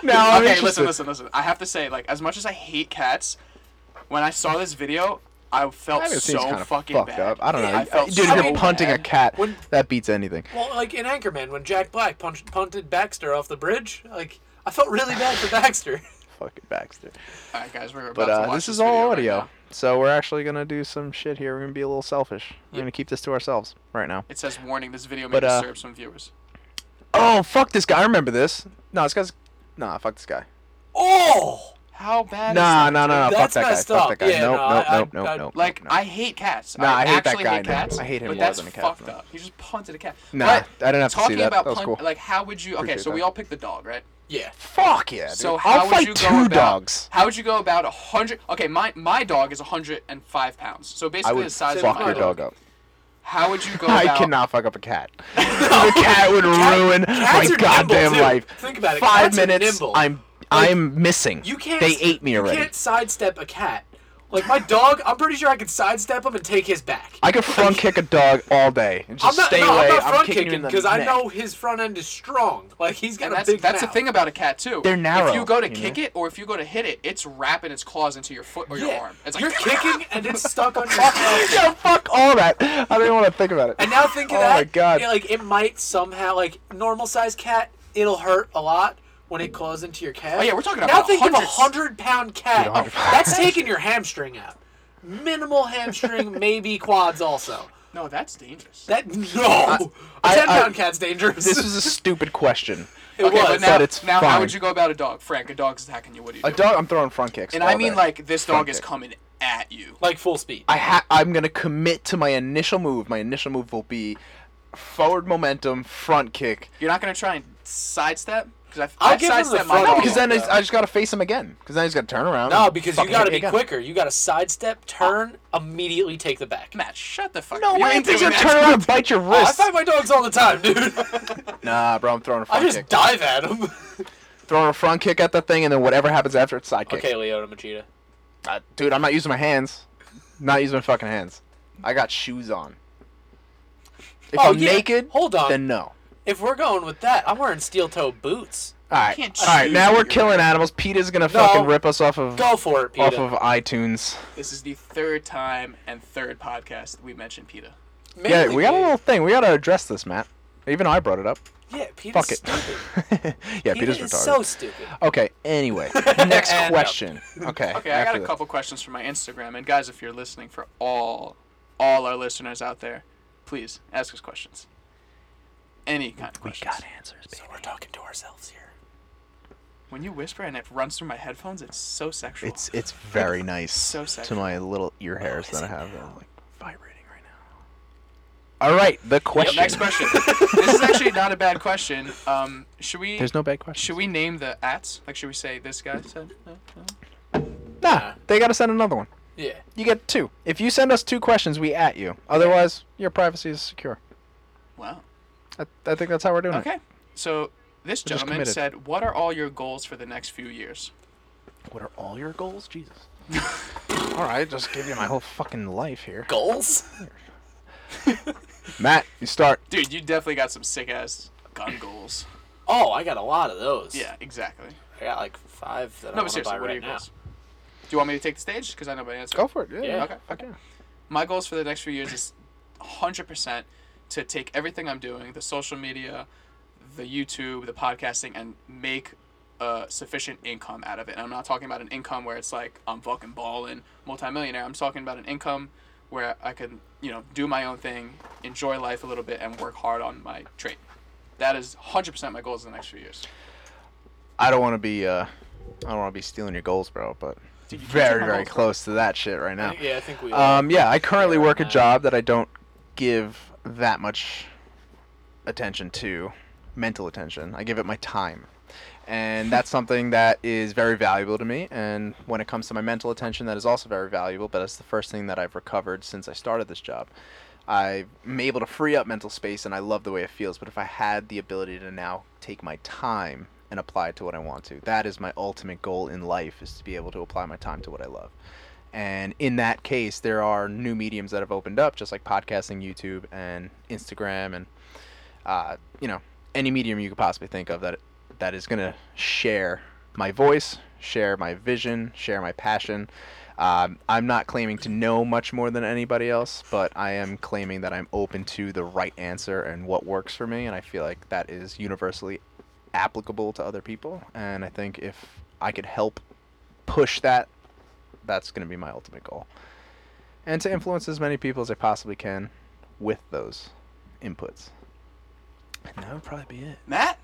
Speaker 3: to. No, no I'm
Speaker 1: okay,
Speaker 3: interested.
Speaker 1: listen, listen, listen. I have to say, like, as much as I hate cats, when I saw this video, I felt
Speaker 3: I haven't seen
Speaker 1: so
Speaker 3: it's kind of
Speaker 1: fucking
Speaker 3: fucked
Speaker 1: bad.
Speaker 3: up. I don't know.
Speaker 1: I felt
Speaker 3: Dude,
Speaker 1: so
Speaker 3: if you're punting a
Speaker 1: bad.
Speaker 3: cat.
Speaker 2: When-
Speaker 3: that beats anything.
Speaker 2: Well, like in Anchorman when Jack Black punched, punted Baxter off the bridge. Like, I felt really bad for
Speaker 3: [LAUGHS]
Speaker 2: Baxter.
Speaker 3: Fucking Baxter.
Speaker 1: All right, guys, we're about
Speaker 3: But
Speaker 1: to
Speaker 3: uh,
Speaker 1: watch
Speaker 3: this is all
Speaker 1: video right
Speaker 3: audio.
Speaker 1: now.
Speaker 3: so we're actually gonna do some shit here. We're gonna be a little selfish. We're gonna keep this to ourselves right now.
Speaker 1: it says warning: this video may
Speaker 3: But, uh,
Speaker 1: disturb some viewers.
Speaker 3: Oh fuck this guy! I remember this. No, this guy's. Nah, fuck this guy.
Speaker 2: Oh!
Speaker 1: How bad?
Speaker 3: Nah,
Speaker 1: is that?
Speaker 3: nah, nah, nah. Fuck
Speaker 2: That's
Speaker 3: that guy.
Speaker 2: messed
Speaker 3: Fuck
Speaker 2: up.
Speaker 3: that guy.
Speaker 2: Yeah,
Speaker 3: nope,
Speaker 2: no,
Speaker 3: nope,
Speaker 2: I-
Speaker 3: nope,
Speaker 2: I-
Speaker 3: nope, nope.
Speaker 1: Like
Speaker 3: nope.
Speaker 1: I hate cats.
Speaker 3: Nah, I hate that
Speaker 1: actually
Speaker 3: guy
Speaker 1: Hate
Speaker 3: now.
Speaker 1: cats,
Speaker 3: I hate him
Speaker 1: But
Speaker 3: more
Speaker 1: that's
Speaker 3: than a cat
Speaker 1: fucked
Speaker 3: now.
Speaker 1: up. He just punted a cat.
Speaker 3: Nah,
Speaker 1: But
Speaker 3: I didn't have to see
Speaker 1: talking
Speaker 3: that.
Speaker 1: About
Speaker 3: That was
Speaker 1: pun-
Speaker 3: cool.
Speaker 1: Like, how would you? Okay,
Speaker 3: Appreciate
Speaker 1: so we
Speaker 3: that.
Speaker 1: all picked the dog, right?
Speaker 2: Yeah.
Speaker 3: fuck yeah. Dude.
Speaker 1: So how
Speaker 3: I'll
Speaker 1: would
Speaker 3: fight
Speaker 1: you
Speaker 3: two
Speaker 1: go about,
Speaker 3: dogs.
Speaker 1: How would you go about a hundred? Okay, my my dog is hundred and five pounds. So
Speaker 3: I
Speaker 1: basically
Speaker 3: would
Speaker 1: the size of
Speaker 3: fuck
Speaker 1: my
Speaker 3: your
Speaker 1: dog.
Speaker 3: dog up.
Speaker 1: How would you go about?
Speaker 3: [LAUGHS] I cannot fuck up
Speaker 2: [LAUGHS]
Speaker 3: a cat. the cat would ruin
Speaker 2: cats
Speaker 3: my
Speaker 2: are
Speaker 3: goddamn
Speaker 2: nimble, too.
Speaker 3: life.
Speaker 2: Think about it,
Speaker 3: Five
Speaker 2: cats are
Speaker 3: minutes.
Speaker 2: nimble.
Speaker 3: I'm I'm missing.
Speaker 2: You can't.
Speaker 3: They ate me already.
Speaker 2: You can't sidestep a cat. Like my dog, I'm pretty sure I could sidestep him and take his back.
Speaker 3: I could front kick a dog all day. and
Speaker 2: I'm
Speaker 3: Just
Speaker 2: not,
Speaker 3: stay
Speaker 2: no,
Speaker 3: away.
Speaker 2: I'm not front
Speaker 3: kicking you in
Speaker 2: kicking
Speaker 3: the
Speaker 2: because I
Speaker 3: neck.
Speaker 2: know his front end is strong. Like he's got
Speaker 1: And
Speaker 2: a
Speaker 1: that's
Speaker 2: big.
Speaker 1: that's the
Speaker 2: mouth.
Speaker 1: thing about a cat too.
Speaker 3: They're
Speaker 1: If
Speaker 3: narrow,
Speaker 1: you go to
Speaker 3: you
Speaker 1: kick
Speaker 3: know?
Speaker 1: it or if you go to hit it, it's wrapping its claws into your foot or your
Speaker 2: Yeah.
Speaker 1: arm. It's like [LAUGHS]
Speaker 2: You're kicking and it's stuck on your
Speaker 3: [LAUGHS]
Speaker 2: throat.
Speaker 3: Yeah, fuck all that. I don't even want to think about it.
Speaker 2: And now think of
Speaker 3: Oh
Speaker 2: that.
Speaker 3: my God.
Speaker 2: yeah, like it might somehow like normal sized cat, it'll hurt a lot when it claws into your calf.
Speaker 1: Oh, yeah, we're talking
Speaker 2: now
Speaker 1: about
Speaker 2: think of a
Speaker 1: hundreds.
Speaker 2: hundred pound cat. Oh,
Speaker 3: Dude, 100
Speaker 2: that's taking your hamstring out. Minimal hamstring, maybe quads also.
Speaker 1: No, that's dangerous.
Speaker 2: That no,
Speaker 3: I-
Speaker 2: a ten
Speaker 3: I-
Speaker 2: pound cat's dangerous.
Speaker 3: this is a stupid question.
Speaker 2: it
Speaker 1: okay,
Speaker 2: was.
Speaker 1: but now,
Speaker 3: But it's
Speaker 1: now how
Speaker 3: fine.
Speaker 1: would you go about a dog, Frank? A dog's attacking you. What do you do?
Speaker 3: A dog, I'm throwing front kicks.
Speaker 1: and
Speaker 3: all
Speaker 1: I mean
Speaker 3: day.
Speaker 1: like this dog
Speaker 3: Front
Speaker 1: is
Speaker 3: kick.
Speaker 1: coming at you.
Speaker 2: [LAUGHS] like full speed.
Speaker 3: I ha- I'm gonna commit to my initial move. My initial move will be forward momentum, front kick.
Speaker 1: You're not gonna try and sidestep because I
Speaker 2: I'll
Speaker 1: I'd
Speaker 2: give him the
Speaker 1: sidestep my dog.
Speaker 2: front
Speaker 3: No,
Speaker 2: kick.
Speaker 3: because then
Speaker 1: though.
Speaker 3: I, I just gotta face him again. Because then he's gotta turn around.
Speaker 2: no,
Speaker 3: and
Speaker 2: because you
Speaker 3: fucking hit
Speaker 2: gotta
Speaker 3: me
Speaker 2: be
Speaker 3: again.
Speaker 2: quicker. You gotta sidestep, turn, immediately take the back.
Speaker 1: Matt, shut the fuck
Speaker 3: No
Speaker 1: up. You
Speaker 3: way,
Speaker 1: ain't
Speaker 3: he's
Speaker 1: doing
Speaker 3: gonna
Speaker 1: that.
Speaker 3: turn around and
Speaker 2: [LAUGHS]
Speaker 3: bite your
Speaker 2: Oh, I
Speaker 3: wrist.
Speaker 2: fight my dogs all the time, dude.
Speaker 3: Nah, bro, I'm throwing a
Speaker 2: I
Speaker 3: front
Speaker 2: just
Speaker 3: kick.
Speaker 2: dive at them.
Speaker 3: Throwing a front kick at the thing, and then whatever happens after, it's side kick.
Speaker 2: okay, Leona Machida.
Speaker 3: Uh, dude, I'm not using my hands. Not using my fucking hands. I got shoes on. If
Speaker 2: Oh,
Speaker 3: I'm
Speaker 2: yeah.
Speaker 3: naked,
Speaker 2: Hold on.
Speaker 3: then no.
Speaker 2: If we're going with that, I'm wearing steel toe boots.
Speaker 3: All right,
Speaker 1: can't
Speaker 3: all right.
Speaker 1: choose
Speaker 3: Now
Speaker 1: what
Speaker 3: we're
Speaker 1: you're
Speaker 3: killing animals. PETA's gonna fucking rip us off of
Speaker 2: Go for it, Peter.
Speaker 3: off of iTunes.
Speaker 1: This is the third time and third podcast that we mentioned PETA.
Speaker 3: yeah, we got a little thing. We gotta address this, Matt. Even I brought it up.
Speaker 2: Yeah, Peter's
Speaker 3: Fuck it.
Speaker 2: stupid.
Speaker 3: [LAUGHS] yeah,
Speaker 2: Peter
Speaker 3: PETA's
Speaker 2: is
Speaker 3: retarded.
Speaker 2: so stupid.
Speaker 3: okay. Anyway, next
Speaker 2: And up.
Speaker 3: question. Okay.
Speaker 1: Okay, I got
Speaker 3: after
Speaker 1: a
Speaker 3: this.
Speaker 1: couple questions from my Instagram, and guys, if you're listening, for all all our listeners out there, please ask us questions. Any kind of questions.
Speaker 3: Got answers.
Speaker 2: So we're talking to ourselves here.
Speaker 1: When you whisper and it runs through my headphones, it's so sexual.
Speaker 3: It's it's very nice
Speaker 1: So
Speaker 3: to
Speaker 1: sexual.
Speaker 3: my little ear hairs that I have. that are, like,
Speaker 1: vibrating right now.
Speaker 3: All right, the question.
Speaker 1: Next question. this is actually not a bad question. Um, should we
Speaker 3: There's no bad question.
Speaker 1: should we name the ats? Like, should we say this guy said? No, no.
Speaker 3: Nah, they gotta send another one.
Speaker 2: Yeah.
Speaker 3: You get two. If you send us two questions, we at you. Otherwise, your privacy is secure.
Speaker 1: Wow.
Speaker 3: I, I think that's how we're doing it.
Speaker 1: Okay. So this
Speaker 3: just
Speaker 1: gentleman
Speaker 3: committed.
Speaker 1: said, "What are all your goals for the next few years?"
Speaker 3: What are all your goals, Jesus? [LAUGHS] all right, just give you my whole fucking life here.
Speaker 2: Goals?
Speaker 3: Matt, you start.
Speaker 1: Dude, you definitely got some sick ass gun goals.
Speaker 2: Oh, I got a lot of those.
Speaker 1: Yeah, exactly.
Speaker 2: I got like five
Speaker 1: No,
Speaker 2: that I
Speaker 1: but
Speaker 2: want to
Speaker 1: seriously,
Speaker 2: buy
Speaker 1: what are
Speaker 2: right
Speaker 1: your
Speaker 2: now.
Speaker 1: goals? Do you want me to take the stage? Because I know my answer.
Speaker 3: Go for it. Yeah.
Speaker 2: Yeah.
Speaker 1: Okay.
Speaker 3: Okay.
Speaker 1: My goals for the next few years is 100% to take everything I'm doing, the social media, the YouTube, the podcasting, and make uh, sufficient income out of it. And I'm not talking about an income where it's like I'm fucking balling, multimillionaire. I'm talking about an income where I can, you know, do my own thing, enjoy life a little bit, and work hard on my trade. That is 100% my goals in the next few years.
Speaker 3: I don't want to be. Uh, I don't want to be stealing your goals, bro. But
Speaker 1: Dude, you can't
Speaker 3: very,
Speaker 1: take my
Speaker 3: very
Speaker 1: goals.
Speaker 3: close to that shit right now.
Speaker 2: Yeah, I think we.
Speaker 3: Um, yeah, I currently
Speaker 2: Yeah,
Speaker 3: work a
Speaker 2: nah.
Speaker 3: job that I don't give that much attention to, mental attention. I give it my time. And that's something that is very valuable to me. And when it comes to my mental attention, that is also very valuable. But it's the first thing that I've recovered since I started this job. I'm able to free up mental space, and I love the way it feels. But if I had the ability to now take my time and apply it to what I want to, that is my ultimate goal in life: is to be able to apply my time to what I love. And in that case, there are new mediums that have opened up, just like podcasting, YouTube, and Instagram, and uh, you know any medium you could possibly think of that that is going to share my voice, share my vision, share my passion. Um, I'm not claiming to know much more than anybody else, but I am claiming that I'm open to the right answer and what works for me, and I feel like that is universally applicable to other people. And I think if I could help push that that's going to be my ultimate goal. And to influence as many people as I possibly can with those inputs. And that would probably be it.
Speaker 1: Matt?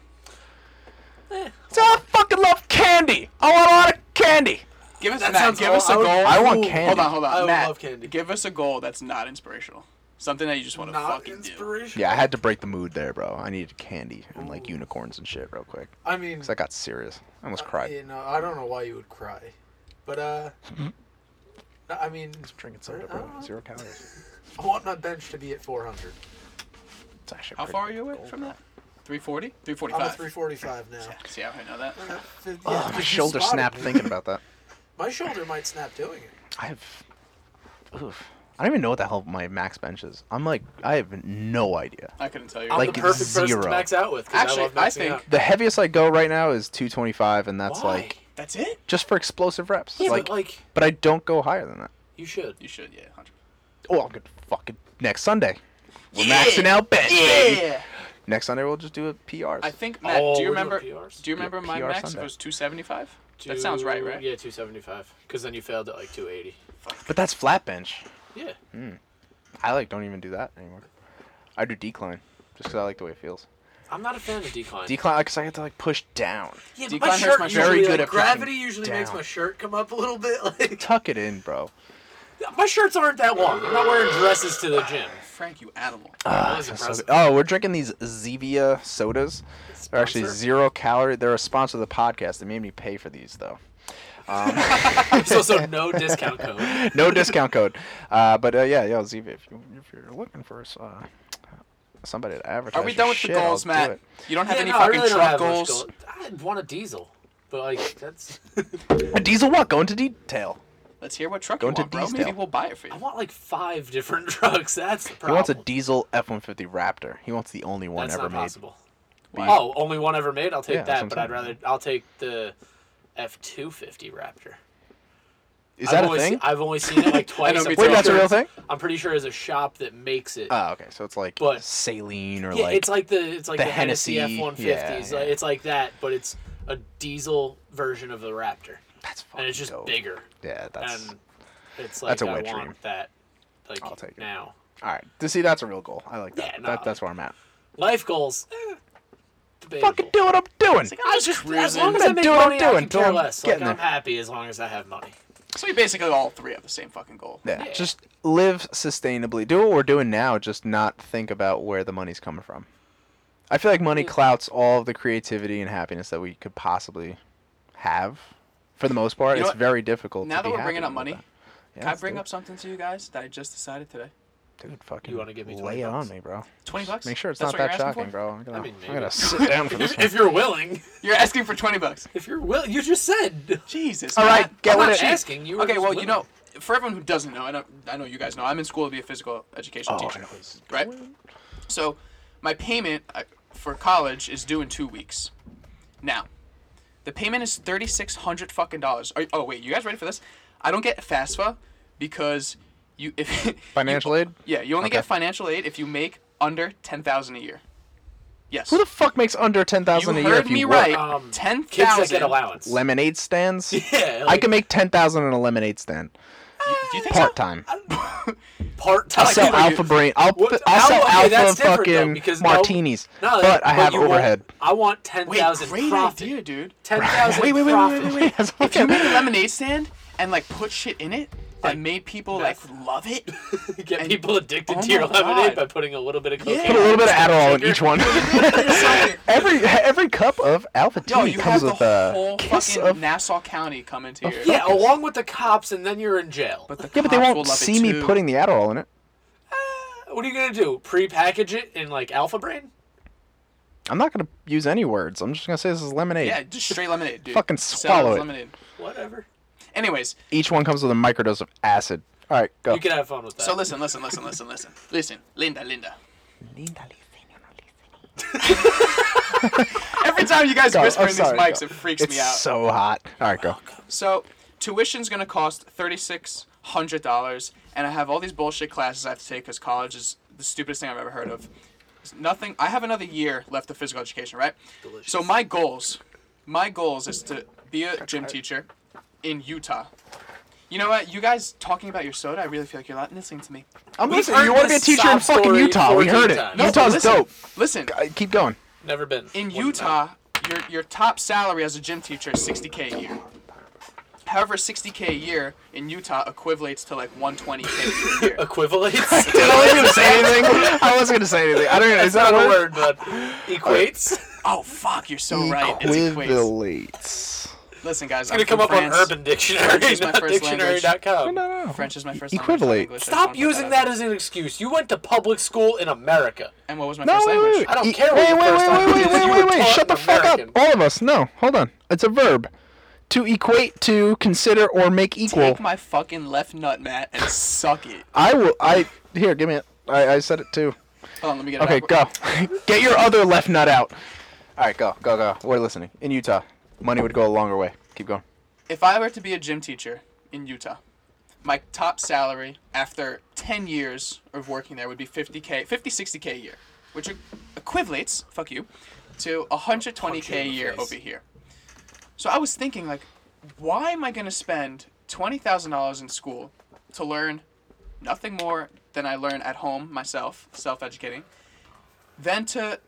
Speaker 3: So I fucking love candy. I want a lot of candy.
Speaker 1: Give us,
Speaker 5: That
Speaker 1: Matt,
Speaker 5: sounds
Speaker 1: give
Speaker 5: all-
Speaker 1: us a
Speaker 5: I would-
Speaker 1: goal.
Speaker 3: I want
Speaker 5: Ooh,
Speaker 3: candy.
Speaker 1: Hold on, hold on.
Speaker 5: I would
Speaker 1: Matt,
Speaker 5: love candy.
Speaker 1: give us a goal that's not inspirational. Something that you just want to
Speaker 5: Not
Speaker 1: fucking do.
Speaker 5: inspirational.
Speaker 3: Yeah, I had to break the mood there, bro. I needed candy and like unicorns and shit real quick.
Speaker 5: I mean,
Speaker 3: Cause I got serious. I almost
Speaker 5: I,
Speaker 3: cried.
Speaker 5: you know, I don't know why you would cry, but
Speaker 3: [LAUGHS]
Speaker 5: uh, no, I mean,
Speaker 3: Drinking
Speaker 5: soda, bro.
Speaker 3: Oh.
Speaker 5: Zero
Speaker 3: calories.
Speaker 5: I want my bench to be at 400.
Speaker 3: It's actually
Speaker 1: How
Speaker 3: pretty
Speaker 1: far are you
Speaker 3: good
Speaker 1: away
Speaker 3: goal,
Speaker 1: from
Speaker 3: bro.
Speaker 1: that? 340?
Speaker 5: I'm at
Speaker 1: 345.
Speaker 5: 345 now.
Speaker 1: See how I know that?
Speaker 5: Uh, fif- yeah,
Speaker 3: Oh, my
Speaker 5: 'cause you
Speaker 3: shoulder
Speaker 5: spotted
Speaker 3: snapped
Speaker 5: me.
Speaker 3: thinking about [LAUGHS] that.
Speaker 5: My shoulder might snap doing it.
Speaker 3: I have. Oof. I don't even know what the hell my max bench is. I'm like, I have no idea.
Speaker 1: I couldn't tell you.
Speaker 5: I'm
Speaker 3: Like
Speaker 5: the perfect person
Speaker 3: zero.
Speaker 5: to max out with. 'cause
Speaker 1: Actually,
Speaker 5: I, love
Speaker 1: I
Speaker 5: maxing
Speaker 1: think-
Speaker 5: out.
Speaker 3: The heaviest I go right now is 225, and that's
Speaker 5: Why?
Speaker 3: like
Speaker 1: That's it?
Speaker 3: just for explosive reps.
Speaker 2: yeah,
Speaker 3: like,
Speaker 2: but like
Speaker 3: but I don't go higher than that.
Speaker 2: you should.
Speaker 1: You should, yeah. 100.
Speaker 3: Oh, I'm good. Fucking next Sunday, we're maxing out bench. Baby. Next Sunday we'll just do a PRs.
Speaker 1: I think, Matt,
Speaker 2: Oh,
Speaker 1: do you
Speaker 2: we're doing
Speaker 1: remember
Speaker 2: PRs?
Speaker 1: Do you remember my
Speaker 3: PR
Speaker 1: max
Speaker 3: Sunday.
Speaker 1: was 275? That sounds right,
Speaker 2: Two-
Speaker 1: right?
Speaker 2: Yeah, 275. Because then you failed at like 280.
Speaker 3: but that's flat bench.
Speaker 2: Yeah.
Speaker 3: I like don't even do that anymore. I do decline just because I like the way it feels.
Speaker 2: I'm not a fan of decline.
Speaker 3: Decline because I get to like push down.
Speaker 5: Yeah,
Speaker 1: Decline hurts my shoulder.
Speaker 3: Very good
Speaker 5: like,
Speaker 3: at pushing
Speaker 5: gravity usually makes
Speaker 3: down.
Speaker 5: my shirt come up a little bit. [LAUGHS] Like
Speaker 3: Tuck it in, bro.
Speaker 2: My shirts aren't that long. I'm not wearing dresses to the gym.
Speaker 1: Frank, you animal.
Speaker 2: That was
Speaker 3: That's so
Speaker 2: impressive.
Speaker 3: good. oh, we're drinking these Zevia sodas. They're actually
Speaker 2: Sponsor?
Speaker 3: zero calorie. They're a sponsor of the podcast. They made me pay for these though. [LAUGHS]
Speaker 2: There's also no discount
Speaker 3: [LAUGHS]
Speaker 2: code.
Speaker 3: No discount code. Uh, but uh, yeah, yo, Zevia, if, you, if you're looking for uh, somebody to advertise,
Speaker 1: Are we
Speaker 3: your
Speaker 1: done with
Speaker 3: shit,
Speaker 1: the goals,
Speaker 3: I'll do
Speaker 1: Matt?
Speaker 3: it.
Speaker 1: You don't have
Speaker 2: Yeah,
Speaker 1: any
Speaker 2: no, I
Speaker 1: fucking
Speaker 2: really don't
Speaker 1: truck
Speaker 2: have much
Speaker 1: goals.
Speaker 2: goal. I want a diesel, but like that's.
Speaker 3: A diesel what? Go into detail.
Speaker 1: Let's hear what truck
Speaker 3: Go
Speaker 1: you
Speaker 3: into
Speaker 1: want, bro. Maybe
Speaker 3: detail.
Speaker 1: we'll buy it for you.
Speaker 2: I want like five different [LAUGHS] trucks. That's the
Speaker 3: He
Speaker 2: problem.
Speaker 3: wants a diesel F-150 Raptor. He wants the only one
Speaker 2: That's
Speaker 3: ever
Speaker 2: not
Speaker 3: made.
Speaker 2: possible.
Speaker 1: Why?
Speaker 2: Oh, only one ever made. I'll take
Speaker 3: Yeah, that's
Speaker 2: that,
Speaker 3: what
Speaker 2: but
Speaker 3: I'm
Speaker 2: I'd rather I'll take the F two fifty Raptor.
Speaker 3: Is
Speaker 2: I've
Speaker 3: that a
Speaker 2: only
Speaker 3: thing?
Speaker 2: se- I've only seen it
Speaker 3: [LAUGHS]
Speaker 2: like twice.
Speaker 1: know,
Speaker 2: I'm
Speaker 1: me too.
Speaker 3: Wait,
Speaker 2: pretty
Speaker 3: that's a
Speaker 2: sure
Speaker 3: real
Speaker 2: it's-
Speaker 3: thing?
Speaker 2: I'm pretty sure there's a shop that makes it.
Speaker 3: Oh, okay. So it's like
Speaker 2: But-
Speaker 3: saline or
Speaker 2: yeah,
Speaker 3: like
Speaker 2: it's like the it's like
Speaker 3: the
Speaker 2: the, Hennessy F
Speaker 3: Hennessy,
Speaker 2: one
Speaker 3: yeah,
Speaker 2: fifties.
Speaker 3: yeah.
Speaker 2: It's like that, but it's a diesel version of the Raptor,
Speaker 3: that's fucking
Speaker 2: and it's just
Speaker 3: dope.
Speaker 2: bigger.
Speaker 3: Yeah, that's
Speaker 2: And it's like
Speaker 3: That's a
Speaker 2: I
Speaker 3: wet
Speaker 2: want
Speaker 3: dream.
Speaker 2: that. Like
Speaker 3: I'll take it.
Speaker 2: now.
Speaker 3: all right. To see, that's a real goal. I like that.
Speaker 2: Yeah, no,
Speaker 3: that that's where I'm at.
Speaker 2: Life goals. Eh, debatable.
Speaker 3: Fucking do what I'm doing.
Speaker 2: I was just as
Speaker 1: cruising.
Speaker 2: long as
Speaker 3: I'm
Speaker 2: I make
Speaker 3: doing what I'm
Speaker 2: money, I
Speaker 3: doing
Speaker 2: can
Speaker 3: till
Speaker 2: care
Speaker 3: I'm
Speaker 2: less. Like
Speaker 3: getting
Speaker 2: I'm
Speaker 3: there.
Speaker 2: happy as long as I have money.
Speaker 1: So we basically all three have the same fucking goal.
Speaker 3: Yeah,
Speaker 2: Yeah.
Speaker 3: just live sustainably. Do what we're doing now, just not think about where the money's coming from. I feel like money clouts all of the creativity and happiness that we could possibly have. For the most part,
Speaker 1: You know
Speaker 3: it's
Speaker 1: what?
Speaker 3: very difficult.
Speaker 1: Now
Speaker 3: to
Speaker 1: that
Speaker 3: be
Speaker 1: we're bringing
Speaker 3: happy
Speaker 1: up money,
Speaker 3: about that. Yeah,
Speaker 1: can I
Speaker 3: let's
Speaker 1: bring
Speaker 3: do
Speaker 1: up something to you guys that I just decided today?
Speaker 3: it. dude? Fucking,
Speaker 2: wanna give me
Speaker 3: lay
Speaker 2: 20
Speaker 3: it on
Speaker 2: bucks?
Speaker 3: me, bro?
Speaker 1: 20 bucks?
Speaker 3: Make sure it's
Speaker 1: That's
Speaker 3: not
Speaker 1: what
Speaker 3: that
Speaker 1: you're asking
Speaker 3: shocking,
Speaker 1: for?
Speaker 3: bro. I'm gonna,
Speaker 2: I mean,
Speaker 3: I'm
Speaker 2: maybe.
Speaker 3: gonna sit
Speaker 1: [LAUGHS]
Speaker 3: down for this
Speaker 2: If,
Speaker 3: one.
Speaker 2: if you're willing, [LAUGHS]
Speaker 1: You're asking for 20 bucks.
Speaker 2: if you're willing, you just said.
Speaker 1: Jesus.
Speaker 3: All
Speaker 1: Matt.
Speaker 3: right, get
Speaker 2: I'm
Speaker 3: with
Speaker 2: not
Speaker 3: it.
Speaker 2: asking you. were
Speaker 1: Okay,
Speaker 2: just
Speaker 1: well, you
Speaker 2: willing.
Speaker 1: know, for everyone who doesn't know, I know, I know you guys know, I'm in school to be a physical education
Speaker 3: Oh, I
Speaker 1: teacher.
Speaker 3: know where this is
Speaker 1: Right? So, my payment uh, for college is due in two weeks. Now, the payment is thirty six hundred fucking dollars. Are, oh wait, you guys ready for this? I don't get FAFSA because you if [LAUGHS]
Speaker 3: Financial
Speaker 1: you-
Speaker 3: aid?
Speaker 1: Yeah, you only
Speaker 3: Okay.
Speaker 1: get financial aid if you make under ten thousand a year. Yes.
Speaker 3: Who the fuck makes under ten thousand a
Speaker 1: you
Speaker 3: year?
Speaker 1: heard
Speaker 3: if you
Speaker 1: me
Speaker 3: work?
Speaker 1: right.
Speaker 2: Um,
Speaker 1: ten
Speaker 2: Kids that
Speaker 1: thousand.
Speaker 2: get allowance.
Speaker 1: [LAUGHS]
Speaker 3: Lemonade stands.
Speaker 2: [LAUGHS] yeah,
Speaker 3: I can make ten thousand in a lemonade stand
Speaker 1: Do you think
Speaker 3: part time.
Speaker 2: part
Speaker 3: I
Speaker 2: time.
Speaker 3: sell alpha brain. I'll
Speaker 2: What-
Speaker 3: I'll sell
Speaker 2: how- okay,
Speaker 3: alpha
Speaker 2: that's different, though,
Speaker 3: fucking
Speaker 2: because no-
Speaker 3: martinis. but I have overhead.
Speaker 2: I want ten
Speaker 1: So? Wait,
Speaker 2: thousand
Speaker 1: great
Speaker 2: profit.
Speaker 1: idea, dude.
Speaker 2: Ten thousand
Speaker 1: Wait, wait, wait, wait,
Speaker 2: profit.
Speaker 1: wait, wait, wait.
Speaker 3: Yes,
Speaker 1: if you
Speaker 3: okay.
Speaker 1: made a lemonade stand and like put shit in it that made people
Speaker 2: meth.
Speaker 1: like love
Speaker 2: [LAUGHS]
Speaker 1: it,
Speaker 2: Get
Speaker 1: And-
Speaker 2: people addicted
Speaker 1: Oh
Speaker 2: to your
Speaker 1: my God.
Speaker 2: lemonade by putting a little bit of
Speaker 1: Yeah.
Speaker 2: cocaine.
Speaker 3: Put a little bit
Speaker 2: in
Speaker 3: of Adderall in
Speaker 2: sugar.
Speaker 3: each one. [LAUGHS] every every cup of alpha
Speaker 1: yo,
Speaker 3: tea
Speaker 1: you have
Speaker 3: comes
Speaker 1: the
Speaker 3: with a
Speaker 1: whole
Speaker 3: kiss
Speaker 1: fucking
Speaker 3: of.
Speaker 1: Nassau County coming to your.
Speaker 2: Yeah, along with the cops, and then you're in jail.
Speaker 1: the
Speaker 3: Yeah, but they
Speaker 1: cops will
Speaker 3: won't
Speaker 1: love it
Speaker 3: see me
Speaker 1: too.
Speaker 3: putting the Adderall in it.
Speaker 2: what are you gonna do? Pre-package it in like Alpha Brain?
Speaker 3: I'm not gonna use any words. I'm just gonna say this is lemonade.
Speaker 1: Yeah, just straight lemonade, dude.
Speaker 3: Fucking
Speaker 1: Sell it
Speaker 3: swallow
Speaker 1: as
Speaker 3: it.
Speaker 1: Lemonade.
Speaker 2: Whatever.
Speaker 1: Anyways,
Speaker 3: Each one comes with a microdose of acid. All right, go.
Speaker 2: You can have fun with that.
Speaker 1: so listen, listen, listen, listen, listen, listen, Linda, Linda. Every time you guys
Speaker 3: Go,
Speaker 1: whisper
Speaker 3: I'm
Speaker 1: in these
Speaker 3: sorry,
Speaker 1: mics,
Speaker 3: go.
Speaker 1: it freaks
Speaker 3: it's
Speaker 1: me out.
Speaker 3: so hot. All right, go.
Speaker 1: So tuition's gonna cost thirty six hundred dollars, and I have all these bullshit classes I have to take because college is the stupidest thing I've ever heard of. It's nothing. I have another year left of physical education, right? So my goals, my goals is to be a gym teacher in Utah. You know what? You guys talking about your soda, I really feel like you're not listening to me.
Speaker 3: I'm
Speaker 2: We've
Speaker 3: listening. You
Speaker 2: heard
Speaker 3: want to be a
Speaker 2: this
Speaker 3: teacher in
Speaker 2: sob
Speaker 3: fucking
Speaker 2: story
Speaker 3: Utah? We
Speaker 2: 14
Speaker 3: heard it.
Speaker 2: times.
Speaker 1: No,
Speaker 3: Utah's
Speaker 1: listen,
Speaker 3: dope.
Speaker 1: Listen,
Speaker 3: Uh, Keep going.
Speaker 2: Never been.
Speaker 1: in
Speaker 2: One
Speaker 1: Utah, your your top salary as a gym teacher is 60k a year. However, 60k a year in Utah equivalates to like 120k a year.
Speaker 2: [LAUGHS] Equivalates.
Speaker 3: I wasn't gonna say anything. [LAUGHS] I wasn't gonna say anything. I don't. Is that
Speaker 2: Not
Speaker 3: a
Speaker 2: a
Speaker 3: word?
Speaker 2: word, but equates.
Speaker 1: Oh fuck, you're so right. It's equates.
Speaker 3: Equivalent.
Speaker 1: Listen, guys, I'm
Speaker 2: gonna
Speaker 1: from
Speaker 2: come up on
Speaker 1: France.
Speaker 2: Urban Dictionary,
Speaker 1: French is my
Speaker 2: not
Speaker 1: first language.
Speaker 2: dictionary.com.
Speaker 3: No, no.
Speaker 1: French is my first
Speaker 3: Equivalent.
Speaker 1: language. not English. I just wanna
Speaker 2: Stop
Speaker 1: put
Speaker 2: using
Speaker 1: out
Speaker 2: that
Speaker 1: there.
Speaker 2: as an excuse. You went to public school in America.
Speaker 1: And what was my
Speaker 3: No,
Speaker 1: first
Speaker 3: wait,
Speaker 1: language?
Speaker 3: wait,
Speaker 2: I don't
Speaker 3: wait.
Speaker 2: care what
Speaker 3: Wait,
Speaker 2: your
Speaker 3: wait,
Speaker 2: first
Speaker 3: wait,
Speaker 2: language
Speaker 3: wait,
Speaker 2: is.
Speaker 3: wait,
Speaker 2: You
Speaker 3: wait,
Speaker 2: were
Speaker 3: wait.
Speaker 2: taught
Speaker 3: Shut the fuck up,
Speaker 2: American.
Speaker 3: all of us. No, hold on. It's a verb. To equate to, consider, or make equal.
Speaker 1: Take my fucking left nut, Matt, and suck it.
Speaker 3: I will. I here. Give me it. I, I said it too.
Speaker 1: Hold on, let me get it.
Speaker 3: Okay,
Speaker 1: backward.
Speaker 3: go. [LAUGHS] Get your other left nut out. All right, go, go, go. We're listening. In Utah, money would go a longer way. Keep going.
Speaker 1: If I were to be a gym teacher in Utah, my top salary after 10 years of working there would be 50k, 50 60k a year, which equivalates, fuck you, to 120k a
Speaker 2: in the
Speaker 1: year
Speaker 2: face.
Speaker 1: over here. So I was thinking like why am I going to spend $20,000 in school to learn nothing more than I learn at home myself, self-educating, then to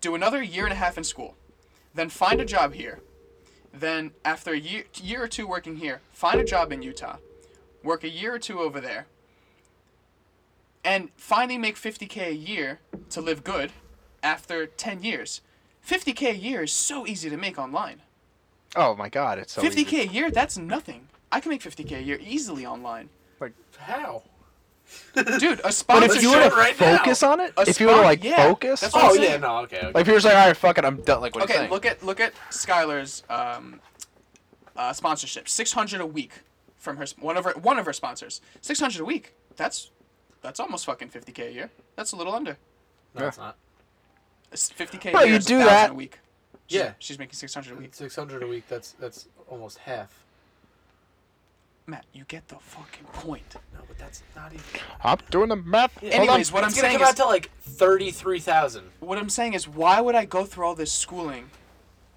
Speaker 1: do another year and a half in school, then find a job here, then after a year, year or two working here, find a job in Utah, work a year or two over there, and finally make 50k a year to live good after 10 years. 50k a year is so easy to make online.
Speaker 3: Oh my God, it's so
Speaker 1: 50k a year, that's nothing. I can make 50k a year easily
Speaker 3: [LAUGHS]
Speaker 1: online.
Speaker 2: How?
Speaker 1: Dude, a
Speaker 3: But
Speaker 1: sponsor.
Speaker 3: if you
Speaker 2: Let's
Speaker 3: were to
Speaker 2: do it right now.
Speaker 3: focus on it,
Speaker 1: A
Speaker 3: if you were to
Speaker 1: spot-
Speaker 3: like
Speaker 1: yeah,
Speaker 3: focus,
Speaker 1: that's what
Speaker 2: Oh
Speaker 1: I'm
Speaker 2: yeah,
Speaker 1: saying.
Speaker 2: no, okay. okay.
Speaker 3: like if you were like, all right, fuck it, I'm done. Like what are you
Speaker 1: Okay,
Speaker 3: saying?
Speaker 1: look at look at Skylar's um, uh, sponsorship. Six hundred a week from her sp- one of her one of her sponsors. Six hundred a week. That's that's almost fucking fifty k a year. That's a little under.
Speaker 2: No, it's not.
Speaker 1: Fifty k.
Speaker 3: Bro, you do that-
Speaker 1: a week. She's,
Speaker 2: Yeah,
Speaker 1: she's making six hundred a week.
Speaker 2: six hundred a week. That's that's almost half.
Speaker 1: Matt, you get the fucking point.
Speaker 2: No, but that's not even.
Speaker 3: I'm doing the math. Hold on.
Speaker 1: Anyways, what I'm
Speaker 2: it's gonna
Speaker 1: saying is
Speaker 2: come out to like thirty-three thousand.
Speaker 1: what I'm saying is why would I go through all this schooling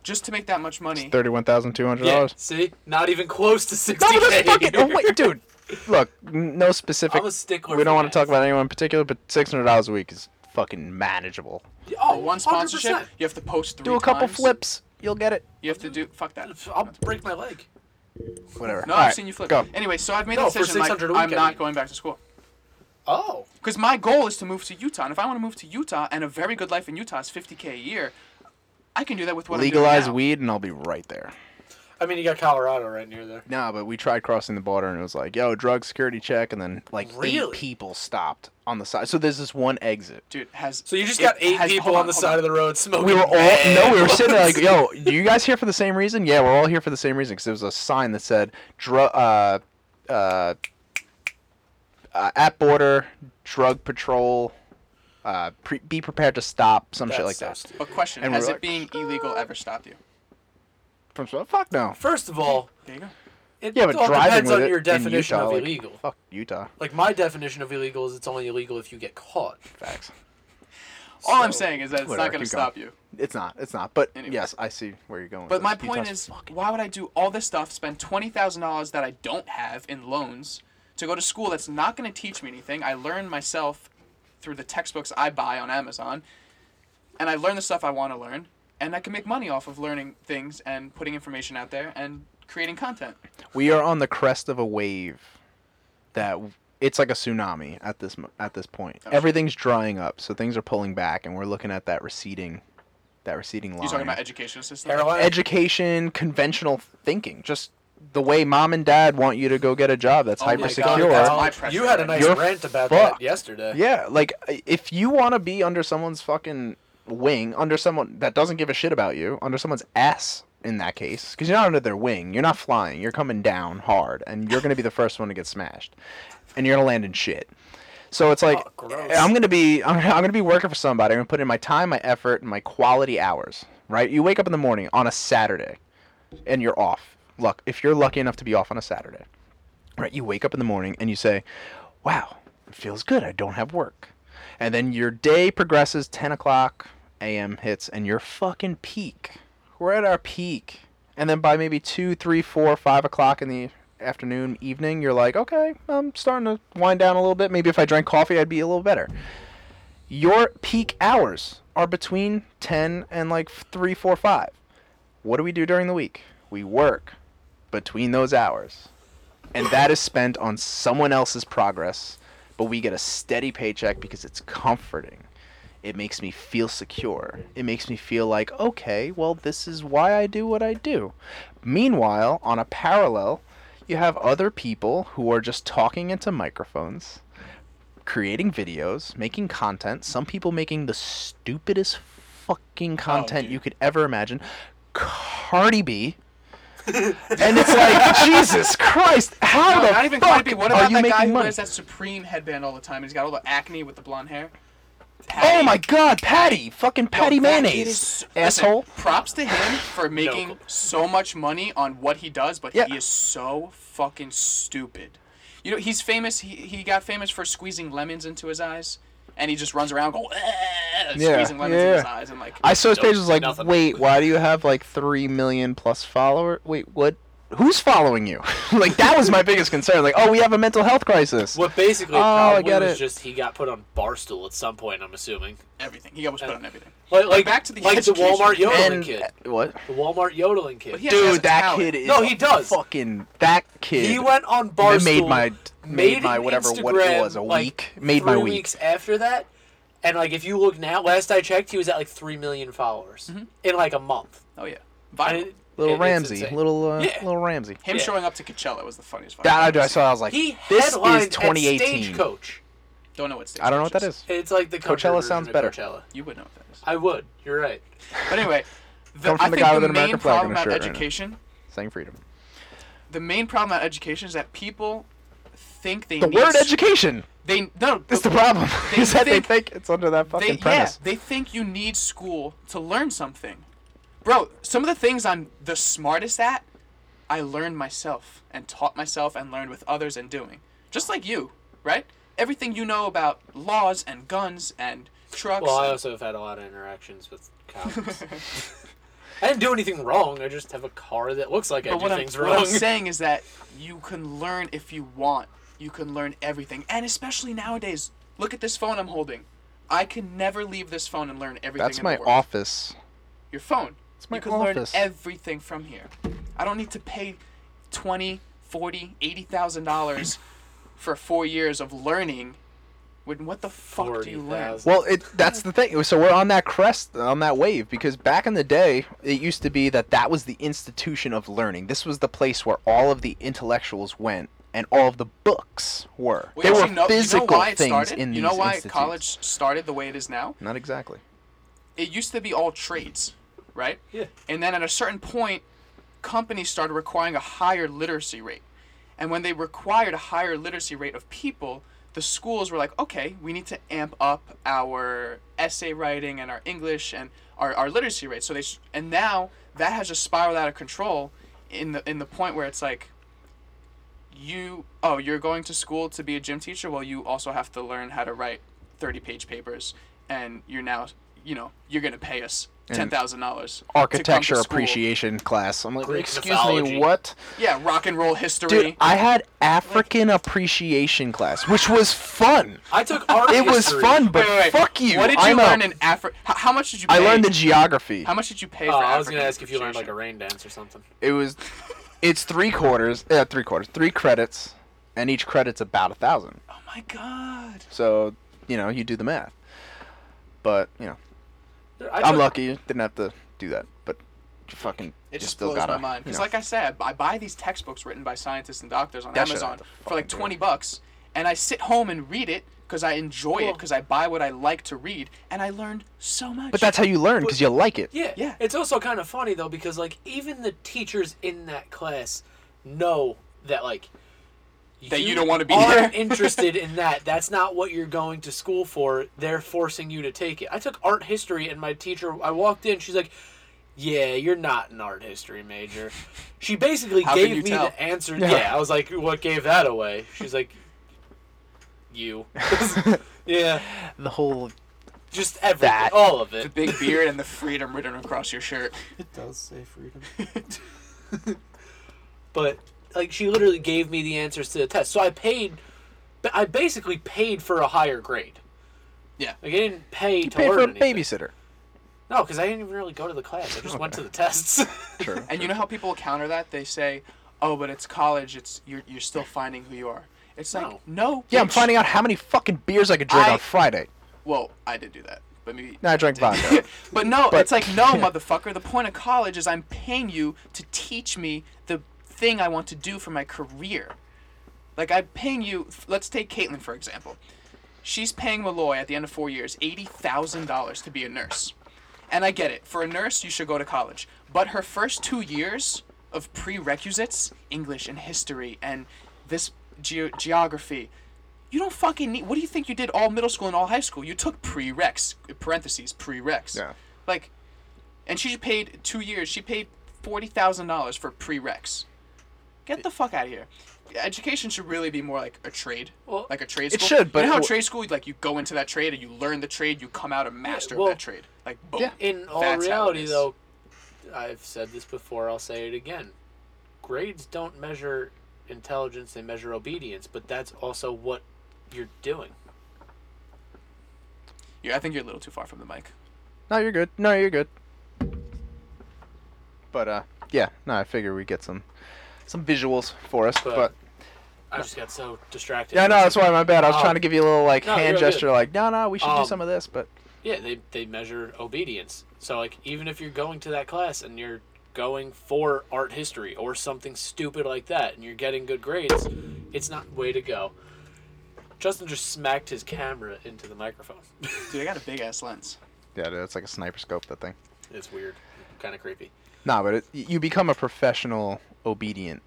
Speaker 1: just to make that much money?
Speaker 3: thirty-one thousand two hundred
Speaker 2: Yeah.
Speaker 3: dollars.
Speaker 2: See, not even close to sixty.
Speaker 3: No, but that's fucking. oh, wait, dude. Look, n- no specific.
Speaker 2: I'm a stickler
Speaker 3: we don't
Speaker 2: for
Speaker 3: want to
Speaker 2: math.
Speaker 3: talk about anyone in particular, but six hundred dollars a week is fucking manageable.
Speaker 2: [LAUGHS] Oh,
Speaker 1: One sponsorship, you have to post three
Speaker 3: Do a couple
Speaker 1: times.
Speaker 3: flips, you'll get it.
Speaker 1: You have to do fuck that.
Speaker 2: I'll break my leg.
Speaker 3: Whatever.
Speaker 1: No,
Speaker 3: All
Speaker 1: I've
Speaker 3: right,
Speaker 1: seen you flip.
Speaker 3: Go.
Speaker 1: Anyway, so I've made
Speaker 2: No,
Speaker 1: a
Speaker 2: for
Speaker 1: decision like
Speaker 2: 600 a week,
Speaker 1: I'm
Speaker 2: I
Speaker 1: not
Speaker 2: mean.
Speaker 1: going back to school.
Speaker 2: Oh.
Speaker 1: Because my goal is to move to Utah, and if I want to move to Utah and a very good life in Utah is 50k a year, I can do that with what
Speaker 3: Legalize
Speaker 1: I'm doing now.
Speaker 3: weed, and I'll be right there.
Speaker 2: I mean, you got Colorado right near there.
Speaker 3: Nah, but we tried crossing the border, and it was like, yo, drug security check, and then like eight
Speaker 2: Really?
Speaker 3: people stopped on the side. So there's this one exit.
Speaker 1: Dude, has
Speaker 2: So you just
Speaker 1: it
Speaker 2: got eight
Speaker 1: has-
Speaker 2: people
Speaker 1: hold
Speaker 2: on,
Speaker 1: on,
Speaker 2: the
Speaker 1: hold
Speaker 2: side
Speaker 1: on.
Speaker 2: of the road smoking.
Speaker 3: We were all
Speaker 2: mad
Speaker 3: no, we were sitting there
Speaker 1: [LAUGHS]
Speaker 3: like,
Speaker 2: ones.
Speaker 3: yo, do you guys here for the same reason? Yeah, we're all here for the same reason because there was a sign that said, drug, uh, uh, uh, at border, drug patrol, uh, pre- be prepared to stop, some shit
Speaker 2: That's
Speaker 3: like
Speaker 2: so
Speaker 3: that.
Speaker 2: stupid.
Speaker 1: But question:
Speaker 3: And
Speaker 1: Has
Speaker 3: we're
Speaker 1: it
Speaker 3: like-
Speaker 1: being illegal ever stopped you?
Speaker 3: From Sp- fuck no.
Speaker 2: First of all,
Speaker 1: There you go.
Speaker 2: it
Speaker 3: Yeah, but
Speaker 2: all
Speaker 3: driving
Speaker 2: depends
Speaker 3: with
Speaker 2: on
Speaker 3: it
Speaker 2: your
Speaker 3: in
Speaker 2: definition
Speaker 3: Utah,
Speaker 2: of
Speaker 3: like,
Speaker 2: illegal. Like,
Speaker 3: Fuck Utah.
Speaker 2: my definition of illegal is it's only illegal if you get caught.
Speaker 3: Facts.
Speaker 1: All I'm
Speaker 5: So,
Speaker 1: saying is that it's
Speaker 3: whatever,
Speaker 1: not going to
Speaker 3: keep going.
Speaker 1: stop you.
Speaker 3: It's not. It's not. But
Speaker 1: Anyway.
Speaker 3: yes, I see where you're going. with
Speaker 1: But my
Speaker 3: this. He
Speaker 1: point
Speaker 3: does
Speaker 1: is, why would I do all this stuff, spend twenty thousand dollars that I don't have in loans to go to school that's not going to teach me anything? I learn myself through the textbooks I buy on Amazon, and I learn the stuff I want to learn, and I can make money off of learning things and putting information out there and creating content.
Speaker 3: we are on the crest of a wave that w- it's like a tsunami at this mo- at this point.
Speaker 1: shit.
Speaker 3: Everything's drying up, so things are pulling back, and we're looking at that receding, that receding line.
Speaker 1: You're talking about education system.
Speaker 2: Carolina.
Speaker 3: education, conventional thinking, just the way mom and dad want you to go get a job that's
Speaker 1: Oh my
Speaker 3: hyper
Speaker 1: God,
Speaker 3: secure.
Speaker 1: that's
Speaker 2: Well,
Speaker 1: my pressure
Speaker 2: You had a
Speaker 1: right
Speaker 2: nice
Speaker 3: now. You're
Speaker 2: rant about
Speaker 3: fucked.
Speaker 2: that yesterday.
Speaker 3: Yeah, like i- if you want to be under someone's fucking wing, under someone that doesn't give a shit about you, under someone's ass in that case, because you're not under their wing, you're not flying, you're coming down hard, and you're gonna be the first one to get smashed, and you're gonna land in shit. So it's like
Speaker 2: Oh, gross.
Speaker 3: I'm gonna be I'm, I'm gonna be working for somebody. I'm gonna put in my time, my effort, and my quality hours. Right? You wake up in the morning on a Saturday, and you're off. Luck if you're lucky enough to be off on a Saturday right? You wake up in the morning and you say, "Wow, it feels good. I don't have work." And then your day progresses. Ten o'clock a.m. hits, and you're fucking peak. We're at our peak. And then by maybe two, three, four, five o'clock in the afternoon, evening, you're like, "Okay, I'm starting to wind down a little bit. Maybe if I drank coffee, I'd be a little better." Your peak hours are between ten and like three, four, five. What do we do during the week? We work between those hours and that is spent on someone else's progress, but we get a steady paycheck because it's comforting. It makes me feel secure. It makes me feel like, okay, well, this is why I do what I do. Meanwhile, on a parallel, you have other people who are just talking into microphones, creating videos, making content, some people making the stupidest fucking content
Speaker 1: Oh, dude.
Speaker 3: you could ever imagine.
Speaker 1: [LAUGHS]
Speaker 3: Cardi B. and it's like, Jesus Christ, how
Speaker 1: No,
Speaker 3: the
Speaker 1: not even
Speaker 3: fuck
Speaker 1: Cardi B. What about
Speaker 3: are you
Speaker 1: that guy
Speaker 3: making
Speaker 1: who
Speaker 3: money?
Speaker 1: wears that Supreme headband all the time? He's got all the acne with the blonde hair.
Speaker 3: Oh
Speaker 1: Patty.
Speaker 3: my God, Patty, fucking
Speaker 1: Yo,
Speaker 3: Patty
Speaker 1: that kid is
Speaker 3: mayonnaise,
Speaker 1: so- listen,
Speaker 3: asshole.
Speaker 1: props to him for making so much money on what he does, but
Speaker 3: Yeah.
Speaker 1: he is so fucking stupid. You know, he's famous. He, he got famous for squeezing lemons into his eyes, and he just runs around going, "Eh,"
Speaker 3: Yeah,
Speaker 1: squeezing lemons
Speaker 3: yeah,
Speaker 1: in his
Speaker 3: yeah.
Speaker 1: eyes, and like,
Speaker 3: I saw his page
Speaker 2: Nope,
Speaker 3: was like,
Speaker 2: nothing.
Speaker 3: wait, why do you have like three million plus follower? Wait, what? Who's following you? [LAUGHS] like that was my biggest concern. Like, oh, we have a mental health crisis.
Speaker 2: What basically
Speaker 3: Oh, I
Speaker 2: probably
Speaker 3: get
Speaker 2: was
Speaker 3: it.
Speaker 2: just he got put on barstool at some point. I'm assuming.
Speaker 1: everything. He almost put on everything.
Speaker 2: Like, like
Speaker 1: back to the
Speaker 2: like the
Speaker 1: education.
Speaker 2: Walmart yodeling
Speaker 3: And uh,
Speaker 2: kid.
Speaker 3: what?
Speaker 2: The Walmart yodeling kid.
Speaker 1: But
Speaker 2: [LAUGHS]
Speaker 1: he has-
Speaker 3: Dude,
Speaker 1: a
Speaker 3: that
Speaker 1: talent.
Speaker 3: kid is
Speaker 2: No, he does.
Speaker 3: Fucking that kid.
Speaker 2: He went on
Speaker 3: They
Speaker 2: Barstool.
Speaker 3: made my made
Speaker 2: an
Speaker 3: my whatever what it
Speaker 2: Instagram,
Speaker 3: was a
Speaker 2: like,
Speaker 3: week made my
Speaker 2: three
Speaker 3: week.
Speaker 2: weeks after that, and like if you look now, last I checked, he was at like three million followers in like a month.
Speaker 1: Oh yeah,
Speaker 2: And
Speaker 1: viral.
Speaker 2: it- it-
Speaker 3: Mm-hmm. Little
Speaker 2: it's
Speaker 3: Ramsey,
Speaker 2: insane.
Speaker 3: little uh,
Speaker 2: Yeah.
Speaker 3: little Ramsey.
Speaker 1: him
Speaker 2: yeah.
Speaker 1: showing up to Coachella was the funniest.
Speaker 3: That I,
Speaker 1: fucking-
Speaker 3: I saw. I was like,
Speaker 2: He
Speaker 3: this is
Speaker 2: headlined
Speaker 3: 2018.
Speaker 2: At Stagecoach.
Speaker 1: Don't know what stage.
Speaker 3: I don't know what that
Speaker 1: coach
Speaker 3: is.
Speaker 2: It's like the country
Speaker 3: Coachella
Speaker 2: version
Speaker 3: sounds
Speaker 2: of
Speaker 3: better.
Speaker 2: Coachella.
Speaker 1: You would know what that is.
Speaker 2: I would. You're right.
Speaker 1: But anyway, the,
Speaker 3: Come
Speaker 1: I
Speaker 3: from the
Speaker 1: think
Speaker 3: guy
Speaker 1: the
Speaker 3: with an American
Speaker 1: main
Speaker 3: flag on
Speaker 1: problem
Speaker 3: his
Speaker 1: about
Speaker 3: shirt right now.
Speaker 1: education.
Speaker 3: Saying freedom.
Speaker 1: the main problem about education is that people think they
Speaker 3: The
Speaker 1: need
Speaker 3: word
Speaker 1: s-
Speaker 3: education
Speaker 1: they no
Speaker 3: is the problem.
Speaker 1: They
Speaker 3: is that
Speaker 1: think-
Speaker 3: they think it's under that fucking
Speaker 1: they yeah,
Speaker 3: premise.
Speaker 1: they think you need school to learn something bro some of the things i'm the smartest at i learned myself and taught myself and learned with others and doing just like you right everything you know about laws and guns and trucks
Speaker 2: Well, I
Speaker 1: and-
Speaker 2: also have had a lot of interactions with
Speaker 3: [LAUGHS]
Speaker 2: cops. I didn't do anything wrong. I just have a car that looks like I
Speaker 1: But
Speaker 2: do
Speaker 1: what I'm,
Speaker 2: things
Speaker 1: what
Speaker 2: wrong.
Speaker 1: I'm saying is that you can learn if you want. You can learn everything. And especially nowadays, look at this phone I'm holding. I can never leave this phone and learn everything.
Speaker 3: That's
Speaker 1: in
Speaker 3: my
Speaker 1: the world.
Speaker 3: office.
Speaker 1: Your phone. It's
Speaker 3: my
Speaker 1: you can
Speaker 3: office.
Speaker 1: learn everything from here. I don't need to pay 20, 40, 80,000 dollars for 4 years of learning when what the fuck do you learn?
Speaker 2: 40,000.
Speaker 3: Well, it
Speaker 1: [LAUGHS]
Speaker 3: that's the thing. So we're on that crest, on that wave, because back in the day, it used to be that that was the institution of learning. This was the place where all of the intellectuals went, and all of the books were.
Speaker 1: Well,
Speaker 3: there
Speaker 1: you
Speaker 3: were
Speaker 1: actually know-
Speaker 3: physical
Speaker 1: you know why it
Speaker 3: things
Speaker 1: started?
Speaker 3: in
Speaker 1: You
Speaker 3: these
Speaker 1: know why
Speaker 3: institutes.
Speaker 1: college started the way it is now?
Speaker 3: Not exactly.
Speaker 1: it used to be all trades, right?
Speaker 2: Yeah.
Speaker 1: And then at a certain point, companies started requiring a higher literacy rate. And when they required a higher literacy rate of people, the schools were like, okay, we need to amp up our essay writing and our English and our, our literacy rate. So they s- and now that has just spiraled out of control in the in the point where it's like you oh you're going to school to be a gym teacher well you also have to learn how to write 30 page papers and you're now you know, you're gonna pay us ten thousand dollars.
Speaker 3: Architecture appreciation class. I'm like,
Speaker 2: Greek
Speaker 3: excuse
Speaker 2: mythology.
Speaker 3: me, what?
Speaker 1: Yeah, rock and roll history.
Speaker 3: Dude, I had African appreciation class, which was fun.
Speaker 2: [LAUGHS] I took art.
Speaker 3: It was
Speaker 2: history.
Speaker 3: fun, but fuck you.
Speaker 1: What did you
Speaker 3: I'm
Speaker 1: learn
Speaker 3: out.
Speaker 1: in Africa? How, how much did you? Pay?
Speaker 3: I learned the geography.
Speaker 1: How much did you pay
Speaker 2: Oh,
Speaker 1: for?
Speaker 2: I was
Speaker 1: African
Speaker 2: gonna ask if you learned like a
Speaker 1: appreciation?
Speaker 2: rain dance or something.
Speaker 3: It was. It's three quarters. Yeah, three quarters. Three credits, and each credit's about a thousand.
Speaker 1: Oh my god.
Speaker 3: So you know, you do the math. But you know,
Speaker 2: I
Speaker 3: I'm
Speaker 2: took-
Speaker 3: lucky. Didn't have to do that. But fucking,
Speaker 1: It just
Speaker 3: still
Speaker 1: blows
Speaker 3: gotta,
Speaker 1: my mind
Speaker 3: you
Speaker 1: because,
Speaker 3: know.
Speaker 1: like I said, I buy these textbooks written by scientists and doctors on
Speaker 3: That shit I
Speaker 1: Amazon
Speaker 3: have to
Speaker 1: for like
Speaker 3: fucking do.
Speaker 1: twenty bucks, and I sit home and read it because I enjoy it
Speaker 2: Cool.
Speaker 1: because I buy what I like to read, and I learned so much.
Speaker 3: But that's how you learn because you like it.
Speaker 2: Yeah.
Speaker 1: Yeah.
Speaker 2: It's also kind of funny though because like even the teachers in that class know that like
Speaker 1: That you don't wanna be there.
Speaker 2: aren't
Speaker 1: [LAUGHS]
Speaker 2: interested in that. That's not what you're going to school for. They're forcing you to take it. I took art history and my teacher I walked in, she's like, "Yeah, you're not an art history major." She basically
Speaker 1: How can
Speaker 2: gave
Speaker 1: you
Speaker 2: me
Speaker 1: tell?
Speaker 2: the answer.
Speaker 3: Yeah.
Speaker 2: Yeah. I was like, "What gave that away?" She's like,
Speaker 1: [LAUGHS]
Speaker 2: "You." [LAUGHS] yeah.
Speaker 3: The whole
Speaker 2: Just everything.
Speaker 3: That-
Speaker 2: All of
Speaker 1: the [LAUGHS]
Speaker 2: it.
Speaker 1: big beard and the freedom written across your shirt.
Speaker 5: It does say freedom.
Speaker 2: [LAUGHS] but like she literally gave me the answers to the test. So I paid, but I basically paid for a higher grade.
Speaker 1: Yeah.
Speaker 2: Like I didn't pay to
Speaker 3: pay
Speaker 2: learn
Speaker 3: for a
Speaker 2: anything.
Speaker 3: babysitter.
Speaker 2: No, because I didn't even really go to the class. I just went to the tests. [LAUGHS]
Speaker 3: True.
Speaker 1: And you know how people counter that? They say, "Oh, but it's college. It's you're you're still finding who you are." It's like
Speaker 2: No.
Speaker 1: no.
Speaker 3: yeah, I'm
Speaker 1: bitch.
Speaker 3: finding out how many fucking beers I could drink
Speaker 1: I-
Speaker 3: on Friday.
Speaker 1: Well, I did do that, but maybe [LAUGHS]
Speaker 3: No, I drank vodka. [LAUGHS]
Speaker 1: but no,
Speaker 3: But-
Speaker 1: it's like no, motherfucker. The point of college is I'm paying you to teach me the thing I want to do for my career. Like I'm paying you. Let's take Caitlin for example. She's paying Malloy at the end of four years eighty thousand dollars to be a nurse, and I get it. For a nurse, you should go to college. But her first two years of prerequisites, English and history, and this ge- geography, you don't fucking need. What do you think you did all middle school and all high school? You took prereqs, parentheses, prereqs.
Speaker 3: Yeah.
Speaker 1: Like, and she paid two years. She paid forty thousand dollars for prereqs. Get the fuck out of here. Education should really be more like a trade,
Speaker 2: Well,
Speaker 1: like a trade
Speaker 3: it
Speaker 1: school.
Speaker 3: should, but
Speaker 1: you know how
Speaker 3: wh-
Speaker 1: trade school like you go into that trade and you learn the trade, you come out a master
Speaker 2: well,
Speaker 1: of that trade. Like boom.
Speaker 3: yeah.
Speaker 2: In all
Speaker 1: That's how it
Speaker 2: reality,
Speaker 1: is.
Speaker 2: though, I've said this before. I'll say it again. Grades don't measure intelligence; they measure obedience. But that's also what you're doing.
Speaker 1: Yeah, I think you're a little too far from the mic.
Speaker 3: no, you're good. No, you're good. But uh, yeah. No, I figure we get some some visuals for us.
Speaker 2: But-
Speaker 3: but
Speaker 2: I just got so distracted.
Speaker 3: Yeah, no, that's why my bad. I was
Speaker 2: Oh.
Speaker 3: trying to give you a little like
Speaker 2: No,
Speaker 3: hand
Speaker 2: you're good.
Speaker 3: gesture, like no, no, we should
Speaker 2: Um,
Speaker 3: do some of this, but
Speaker 2: Yeah, they, they measure obedience. So like even if you're going to that class and you're going for art history or something stupid like that and you're getting good grades, it's not way to go. Justin just smacked his camera into the microphone. [LAUGHS]
Speaker 1: Dude, I got a big ass lens.
Speaker 3: yeah, dude, it's like a sniper scope that thing.
Speaker 2: it's weird. Kind of creepy.
Speaker 3: Nah, but it, y- you become a professional obedient,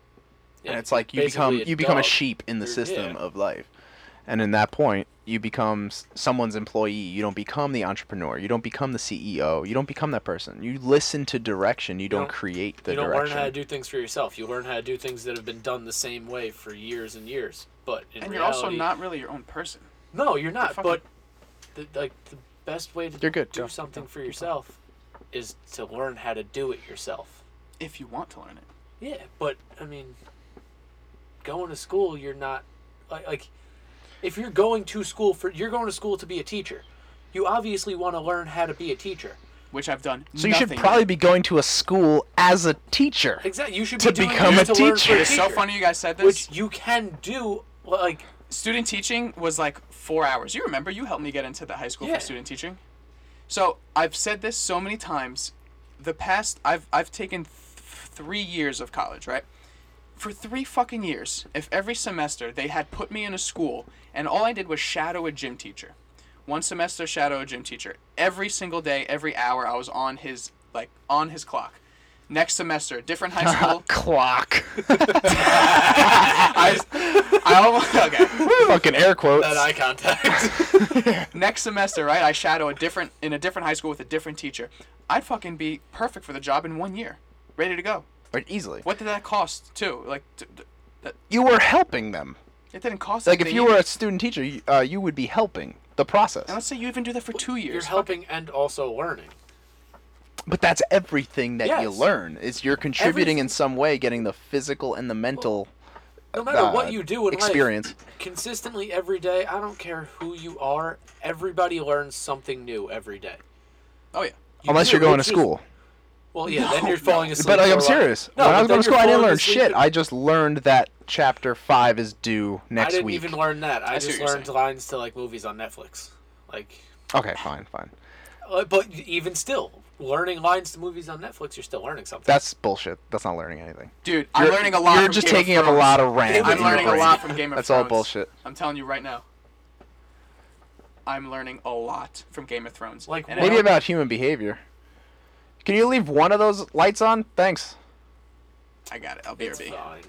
Speaker 2: Yeah,
Speaker 3: and it's like you
Speaker 2: basically
Speaker 3: become
Speaker 2: a
Speaker 3: you become a
Speaker 2: dog.
Speaker 3: sheep in the
Speaker 2: You're-
Speaker 3: system
Speaker 2: yeah.
Speaker 3: of life, and in that point, you become s- someone's employee. You don't become the entrepreneur. You don't become the CEO. You don't become that person. You listen to direction. You don't,
Speaker 2: don't-
Speaker 3: create the
Speaker 2: You don't
Speaker 3: direction.
Speaker 2: learn how to do things for yourself. You learn how to do things that have been done the same way for years and years. But in
Speaker 1: And you're
Speaker 2: reality,
Speaker 1: also not really your own person.
Speaker 2: No, you're not.
Speaker 1: fucking-
Speaker 2: But the, like the best way to
Speaker 3: You're good.
Speaker 2: do
Speaker 3: Go.
Speaker 2: something for yourself is to learn how to do it yourself.
Speaker 1: If you want to learn it.
Speaker 2: Yeah, but I mean, going to school, you're not like, like if you're going to school for you're going to school to be a teacher. You obviously want to learn how to be a teacher.
Speaker 1: Which I've done.
Speaker 3: so you should
Speaker 1: nothing
Speaker 3: probably be going to a school as a teacher.
Speaker 2: [LAUGHS] Exactly. You should
Speaker 3: To
Speaker 2: be doing
Speaker 3: become
Speaker 2: this
Speaker 3: a
Speaker 2: to learn for
Speaker 3: teacher.
Speaker 1: It's so funny you guys said this.
Speaker 2: Which you can do like
Speaker 1: student teaching was like four hours. You remember you helped me get into the high school
Speaker 2: Yeah.
Speaker 1: for student teaching. So I've said this so many times. The past I've I've taken th- three years of college, right? For three fucking years, if every semester they had put me in a school and all I did was shadow a gym teacher. One semester shadow a gym teacher. Every single day, every hour I was on his like on his clock. Next semester, different high school.
Speaker 3: Clock.
Speaker 1: I, I almost, [LAUGHS] okay.
Speaker 3: Fucking air quotes.
Speaker 2: that eye contact.
Speaker 1: next semester, right? I shadow a different in a different high school with a different teacher. I'd fucking be perfect for the job in one year, ready to go.
Speaker 3: Or easily.
Speaker 1: What did that cost too? Like, t- t- that,
Speaker 3: You were helping them.
Speaker 1: It didn't cost
Speaker 3: Like if
Speaker 1: anything
Speaker 3: you were
Speaker 1: either.
Speaker 3: a student teacher, you, uh, you would be helping the
Speaker 1: and
Speaker 3: process.
Speaker 1: let's say you even do that for two years.
Speaker 2: [LAUGHS] You're helping and also learning.
Speaker 3: But that's everything that you
Speaker 2: Yes.
Speaker 3: learn is you're contributing
Speaker 2: Everything.
Speaker 3: in some way, getting the physical and the mental
Speaker 2: No matter
Speaker 3: uh,
Speaker 2: what you do in
Speaker 3: experience.
Speaker 2: life, consistently every day, I don't care who you are, everybody learns something new every day.
Speaker 1: Oh yeah.
Speaker 2: You
Speaker 3: Unless
Speaker 2: do,
Speaker 3: you're going to
Speaker 2: it's just-
Speaker 3: school.
Speaker 2: Well, yeah, then you're falling asleep.
Speaker 3: But like,
Speaker 2: or
Speaker 3: I'm
Speaker 2: li-
Speaker 3: serious.
Speaker 2: No,
Speaker 3: when I
Speaker 2: but then
Speaker 3: was going to
Speaker 2: you're
Speaker 3: school, I didn't
Speaker 2: falling
Speaker 3: learn
Speaker 2: asleep
Speaker 3: shit.
Speaker 2: and-
Speaker 3: I just learned that chapter five is due next
Speaker 2: I didn't
Speaker 3: week.
Speaker 2: even learn that. I,
Speaker 1: I see
Speaker 2: just
Speaker 1: what you're
Speaker 2: learned lines to like movies on Netflix. Like,
Speaker 3: Okay, fine, fine.
Speaker 2: uh, but even still, learning lines to movies on Netflix, you're still learning something.
Speaker 3: That's bullshit. That's not learning anything.
Speaker 1: Dude, I'm
Speaker 3: You're-
Speaker 1: learning a lot.
Speaker 3: You're
Speaker 1: from
Speaker 3: just
Speaker 1: Game
Speaker 3: taking
Speaker 1: of
Speaker 3: up a
Speaker 1: Thrones.
Speaker 3: lot of rant.
Speaker 1: I'm
Speaker 3: in your
Speaker 1: learning a
Speaker 3: brain.
Speaker 1: lot from Game of
Speaker 3: That's all
Speaker 1: Thrones.
Speaker 3: bullshit.
Speaker 1: I'm telling you right now. I'm learning a lot from Game of Thrones.
Speaker 2: Like,
Speaker 1: And I
Speaker 3: Maybe
Speaker 1: don't-
Speaker 3: about human behavior. Can you leave one of those lights on? Thanks.
Speaker 1: I got it. I'll be
Speaker 2: it's fine.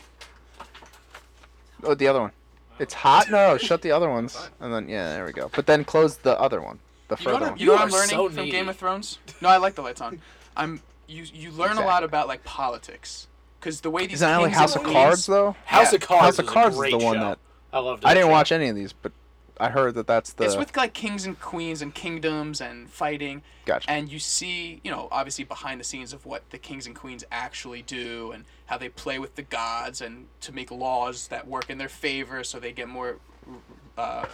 Speaker 3: Oh, the other one. It's hot. No,
Speaker 1: [LAUGHS]
Speaker 3: no, shut the other ones, and then yeah, there we go. But then close the other one, the
Speaker 1: You know
Speaker 3: further
Speaker 1: what, I'm-
Speaker 3: one.
Speaker 1: you know what
Speaker 2: You
Speaker 1: I'm
Speaker 2: are
Speaker 1: learning
Speaker 2: so
Speaker 1: from
Speaker 2: needy.
Speaker 1: Game of Thrones? No, I like the lights on. I'm you. You learn a lot
Speaker 3: Exactly.
Speaker 1: about like politics because the way these
Speaker 3: Is that like
Speaker 1: kings
Speaker 3: House
Speaker 1: and
Speaker 3: of
Speaker 1: queens-
Speaker 3: Cards though?
Speaker 2: House of Cards.
Speaker 3: House of
Speaker 2: was a
Speaker 3: Cards is
Speaker 2: great
Speaker 3: the one
Speaker 2: show.
Speaker 3: that-
Speaker 2: I loved.
Speaker 3: I didn't
Speaker 2: that
Speaker 3: watch
Speaker 2: show.
Speaker 3: any of these, but I heard that that's the.
Speaker 1: It's with like kings and queens and kingdoms and fighting.
Speaker 3: Gotcha.
Speaker 1: And you see, you know, obviously behind the scenes of what the kings and queens actually do and how they play with the gods and to make laws that work in their favor so they get more uh,